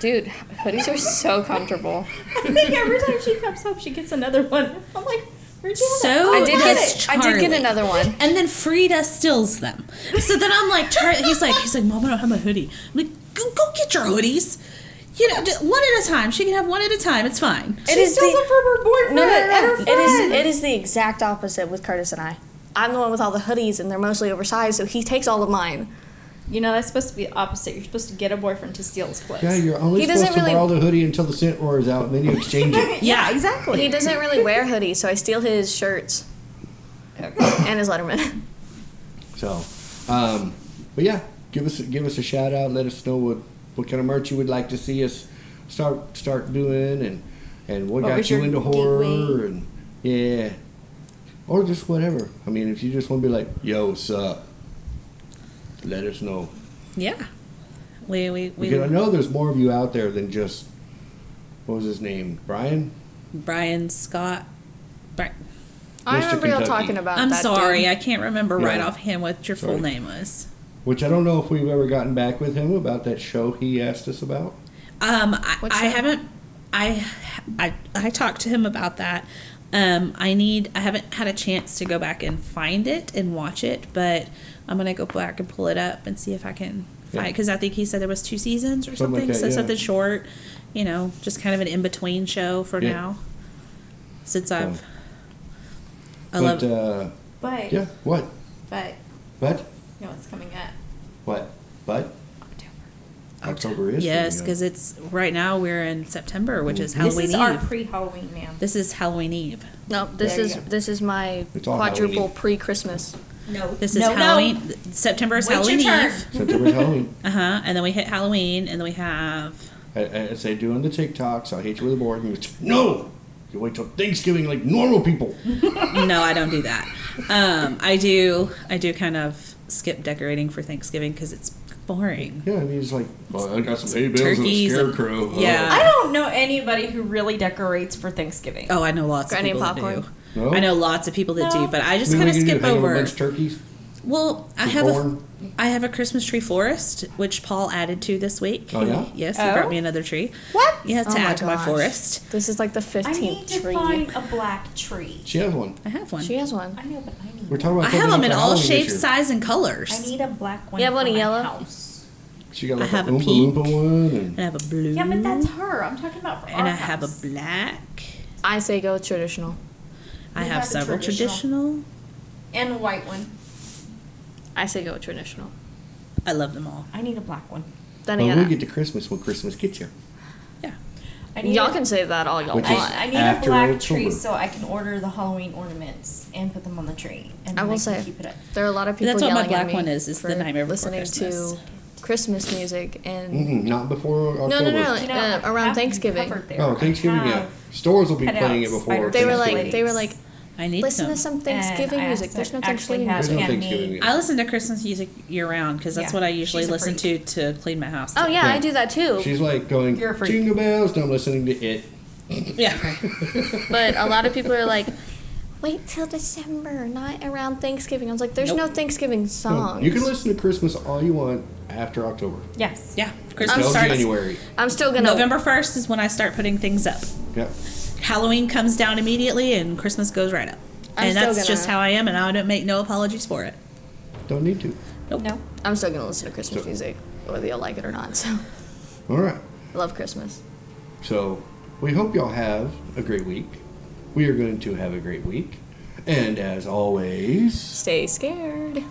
Speaker 6: Dude, hoodies are so comfortable.
Speaker 3: I think every time she comes up, she gets another one. I'm like, where'd you
Speaker 4: So
Speaker 6: I did get
Speaker 4: does
Speaker 6: Oh, it. I did get
Speaker 4: Charlie.
Speaker 6: another one.
Speaker 4: And then Frida steals them. So then I'm like, Char- he's like, he's like, Mom, I don't have my hoodie. I'm like, go, go get your hoodies. You know, just one at a time. She can have one at a time. It's fine.
Speaker 6: It
Speaker 3: she
Speaker 6: is
Speaker 3: steals
Speaker 6: the-
Speaker 3: it from her boyfriend.
Speaker 6: No, no,
Speaker 3: and her
Speaker 6: no. It is
Speaker 3: friend.
Speaker 6: it is the exact opposite with Curtis and I. I'm the one with all the hoodies, and they're mostly oversized, so he takes all of mine.
Speaker 3: You know, that's supposed to be the opposite. You're supposed to get a boyfriend to steal his clothes.
Speaker 2: Yeah, you're only
Speaker 6: He doesn't
Speaker 2: supposed to
Speaker 6: really-
Speaker 2: borrow the hoodie until the scent roar is out, and then you exchange it.
Speaker 4: Yeah,
Speaker 6: He
Speaker 3: exactly.
Speaker 6: doesn't really wear hoodies, so I steal his shirts and his Letterman.
Speaker 2: So, um, but yeah, give us give us a shout out. Let us know what what kind of merch you would like to see us start start doing, and and what,
Speaker 3: What
Speaker 2: got
Speaker 3: was
Speaker 2: you
Speaker 3: your
Speaker 2: into horror,
Speaker 3: gateway?
Speaker 2: and yeah, or just whatever. I mean, if you just want to be like, yo, what's up? Let us know
Speaker 4: yeah. We we we.
Speaker 2: because I know there's more of you out there than just what was his name, Brian.
Speaker 4: Brian Scott. Bri-
Speaker 6: I
Speaker 2: Mr.
Speaker 6: remember y'all
Speaker 2: Kentucky.
Speaker 6: talking about
Speaker 4: I'm
Speaker 6: that. dude.
Speaker 4: sorry, I can't remember
Speaker 2: Yeah.
Speaker 4: right offhand what your full
Speaker 2: Sorry.
Speaker 4: name was.
Speaker 2: Which I don't know if we've ever gotten back with him about that show he asked us about.
Speaker 4: Um, I,
Speaker 6: What's
Speaker 4: I
Speaker 6: that?
Speaker 4: haven't. I, I I talked to him about that. Um, I need. I haven't had a chance to go back and find it and watch it, but I'm gonna go back and pull it up and see if I can
Speaker 2: Yeah.
Speaker 4: find because I think he said there was two seasons or
Speaker 2: Something
Speaker 4: something.
Speaker 2: like that,
Speaker 4: so
Speaker 2: yeah.
Speaker 4: something short, you know, just kind of an in between show for
Speaker 2: Yeah.
Speaker 4: now. Since
Speaker 2: So-
Speaker 4: I've, I
Speaker 2: but
Speaker 4: love.
Speaker 2: uh,
Speaker 3: But,
Speaker 2: yeah, what,
Speaker 3: but,
Speaker 2: what,
Speaker 3: you know what's coming up?
Speaker 2: what, but October is
Speaker 4: yes,
Speaker 2: coming up.
Speaker 4: because it's right now we're in September, which is Halloween
Speaker 3: This is
Speaker 4: Eve.
Speaker 3: our pre-Halloween, ma'am.
Speaker 4: this is Halloween Eve.
Speaker 6: No, this
Speaker 3: There
Speaker 6: is
Speaker 3: you go.
Speaker 6: this is my
Speaker 2: It's all
Speaker 6: quadruple
Speaker 2: Halloween.
Speaker 6: pre-Christmas.
Speaker 3: No.
Speaker 4: This is
Speaker 3: no,
Speaker 4: Halloween. September is
Speaker 3: Wait your
Speaker 4: Halloween
Speaker 3: turn.
Speaker 4: Eve.
Speaker 2: September's Halloween.
Speaker 4: Uh huh. And then we hit Halloween, and then we have.
Speaker 2: I, I, as they do on the TikToks, I hate you with a board. And you just, no, you wait till Thanksgiving like normal people.
Speaker 4: No, I don't do that. Um, I do. I do kind of skip decorating for Thanksgiving because it's boring.
Speaker 2: Yeah, I mean it's like well, I got some hay bales and a
Speaker 4: Turkeys and-
Speaker 2: scarecrow. Uh,
Speaker 4: yeah.
Speaker 3: I don't know anybody who really decorates for Thanksgiving.
Speaker 4: Oh, I know lots
Speaker 6: Granny
Speaker 4: of people that
Speaker 6: popcorn?
Speaker 4: do.
Speaker 2: No?
Speaker 4: I know lots of people that
Speaker 3: No.
Speaker 4: do, but I just
Speaker 2: I mean, what
Speaker 4: kind of
Speaker 2: do you do,
Speaker 4: skip
Speaker 2: hang
Speaker 4: over.
Speaker 2: A bunch of turkeys.
Speaker 4: Well, I
Speaker 2: Some
Speaker 4: have a,
Speaker 2: corn?
Speaker 4: I have a Christmas tree florist, which Paul added to this week.
Speaker 2: Oh, yeah?
Speaker 4: Yes, he
Speaker 3: Oh?
Speaker 4: brought me another tree.
Speaker 3: What?
Speaker 4: He has
Speaker 6: Oh
Speaker 4: to
Speaker 6: my
Speaker 4: add to my
Speaker 6: gosh.
Speaker 4: forest.
Speaker 6: This is like the
Speaker 3: I need
Speaker 6: fifteenth
Speaker 3: to
Speaker 6: tree.
Speaker 3: find a black tree.
Speaker 2: She has one.
Speaker 4: I have one.
Speaker 6: She has one.
Speaker 3: I know, but I need.
Speaker 2: We're talking about.
Speaker 4: I have
Speaker 2: something
Speaker 4: them in
Speaker 2: for
Speaker 4: all
Speaker 2: Halloween this
Speaker 4: shapes,
Speaker 2: year.
Speaker 4: size, and colors.
Speaker 3: I need a black one.
Speaker 6: You have one
Speaker 3: for
Speaker 6: in
Speaker 3: my
Speaker 6: yellow?
Speaker 3: House.
Speaker 2: She got
Speaker 4: I
Speaker 2: like
Speaker 4: have
Speaker 2: a
Speaker 4: a
Speaker 2: Oompa
Speaker 4: pink.
Speaker 2: Loompa one. And,
Speaker 4: I have a blue.
Speaker 3: Yeah, but that's her. I'm talking about for
Speaker 4: and
Speaker 3: our
Speaker 4: I have a
Speaker 3: house.
Speaker 4: black.
Speaker 6: I say go traditional.
Speaker 4: I
Speaker 3: We
Speaker 4: have
Speaker 3: have a
Speaker 4: several traditional.
Speaker 3: traditional. and a white one.
Speaker 6: I say go traditional.
Speaker 4: I love them all.
Speaker 3: I need a black one.
Speaker 6: Then
Speaker 2: but we'll
Speaker 6: again,
Speaker 2: get to Christmas when Christmas gets here.
Speaker 3: I need
Speaker 6: y'all
Speaker 3: a-
Speaker 6: can say that all y'all
Speaker 2: Which
Speaker 3: I,
Speaker 2: is-
Speaker 6: want.
Speaker 3: I need a
Speaker 2: after
Speaker 3: black
Speaker 2: October.
Speaker 3: tree so I can order the Halloween ornaments and put them on the tree. And
Speaker 6: I
Speaker 3: then
Speaker 6: will
Speaker 3: can
Speaker 6: say-
Speaker 3: keep it up.
Speaker 6: There are a lot of
Speaker 4: But
Speaker 6: people.
Speaker 4: that's what my
Speaker 6: yelling at
Speaker 4: black
Speaker 6: me
Speaker 4: one is, is the
Speaker 6: for
Speaker 4: Nightmare Before
Speaker 6: listening
Speaker 4: Christmas.
Speaker 6: to Christmas music and
Speaker 2: Mm-mm, Mm-hmm. not before October.
Speaker 6: no, no,
Speaker 3: You
Speaker 6: Uh,
Speaker 3: know, I have
Speaker 6: around
Speaker 3: them
Speaker 6: Thanksgiving.
Speaker 3: covered there.
Speaker 2: Oh,
Speaker 3: I
Speaker 2: Thanksgiving. Yeah,
Speaker 3: have-
Speaker 2: stores will be
Speaker 3: cut
Speaker 2: playing
Speaker 3: out
Speaker 2: it before.
Speaker 3: spider
Speaker 6: they were like
Speaker 2: Thanksgiving.
Speaker 6: they were like
Speaker 4: I need
Speaker 6: listen
Speaker 4: some.
Speaker 6: to some
Speaker 3: and
Speaker 6: Thanksgiving
Speaker 3: I
Speaker 6: music.
Speaker 3: asked
Speaker 6: There's no
Speaker 3: them- actually
Speaker 6: Thanksgiving
Speaker 3: have
Speaker 2: There's no
Speaker 6: music.
Speaker 3: handmade-
Speaker 2: Thanksgiving yet.
Speaker 4: I listen to Christmas music year round because that's
Speaker 3: Yeah.
Speaker 4: what I usually
Speaker 3: She's a
Speaker 4: listen to to clean my house.
Speaker 6: Oh yeah,
Speaker 2: Yeah.
Speaker 6: I do that too.
Speaker 2: She's like going
Speaker 3: You're a freak.
Speaker 2: jingle bells. And I'm listening to it.
Speaker 4: yeah. right.
Speaker 6: But a lot of people are like, wait till December, not around Thanksgiving. I was like, there's no
Speaker 4: Nope.
Speaker 6: Thanksgiving songs.
Speaker 2: You can listen to Christmas all you want after October.
Speaker 3: Yes.
Speaker 4: Yeah.
Speaker 2: Till
Speaker 4: Christmas
Speaker 6: I'm sorry.
Speaker 4: starts
Speaker 2: January.
Speaker 6: I'm still Um, gonna.
Speaker 4: November first is when I start putting things up.
Speaker 2: Yep.
Speaker 4: Halloween comes down immediately and Christmas goes right up.
Speaker 6: I'm
Speaker 4: and
Speaker 6: still
Speaker 4: that's just
Speaker 6: gonna-
Speaker 4: how I am, and I don't make no apologies for it.
Speaker 2: Don't need to.
Speaker 4: Nope.
Speaker 3: No.
Speaker 6: I'm still gonna listen to Christmas
Speaker 2: So-
Speaker 6: music, whether you like it or not. So
Speaker 2: All right.
Speaker 6: I love Christmas.
Speaker 2: So we hope y'all have a great week. We are going to have a great week. And as always.
Speaker 6: Stay scared.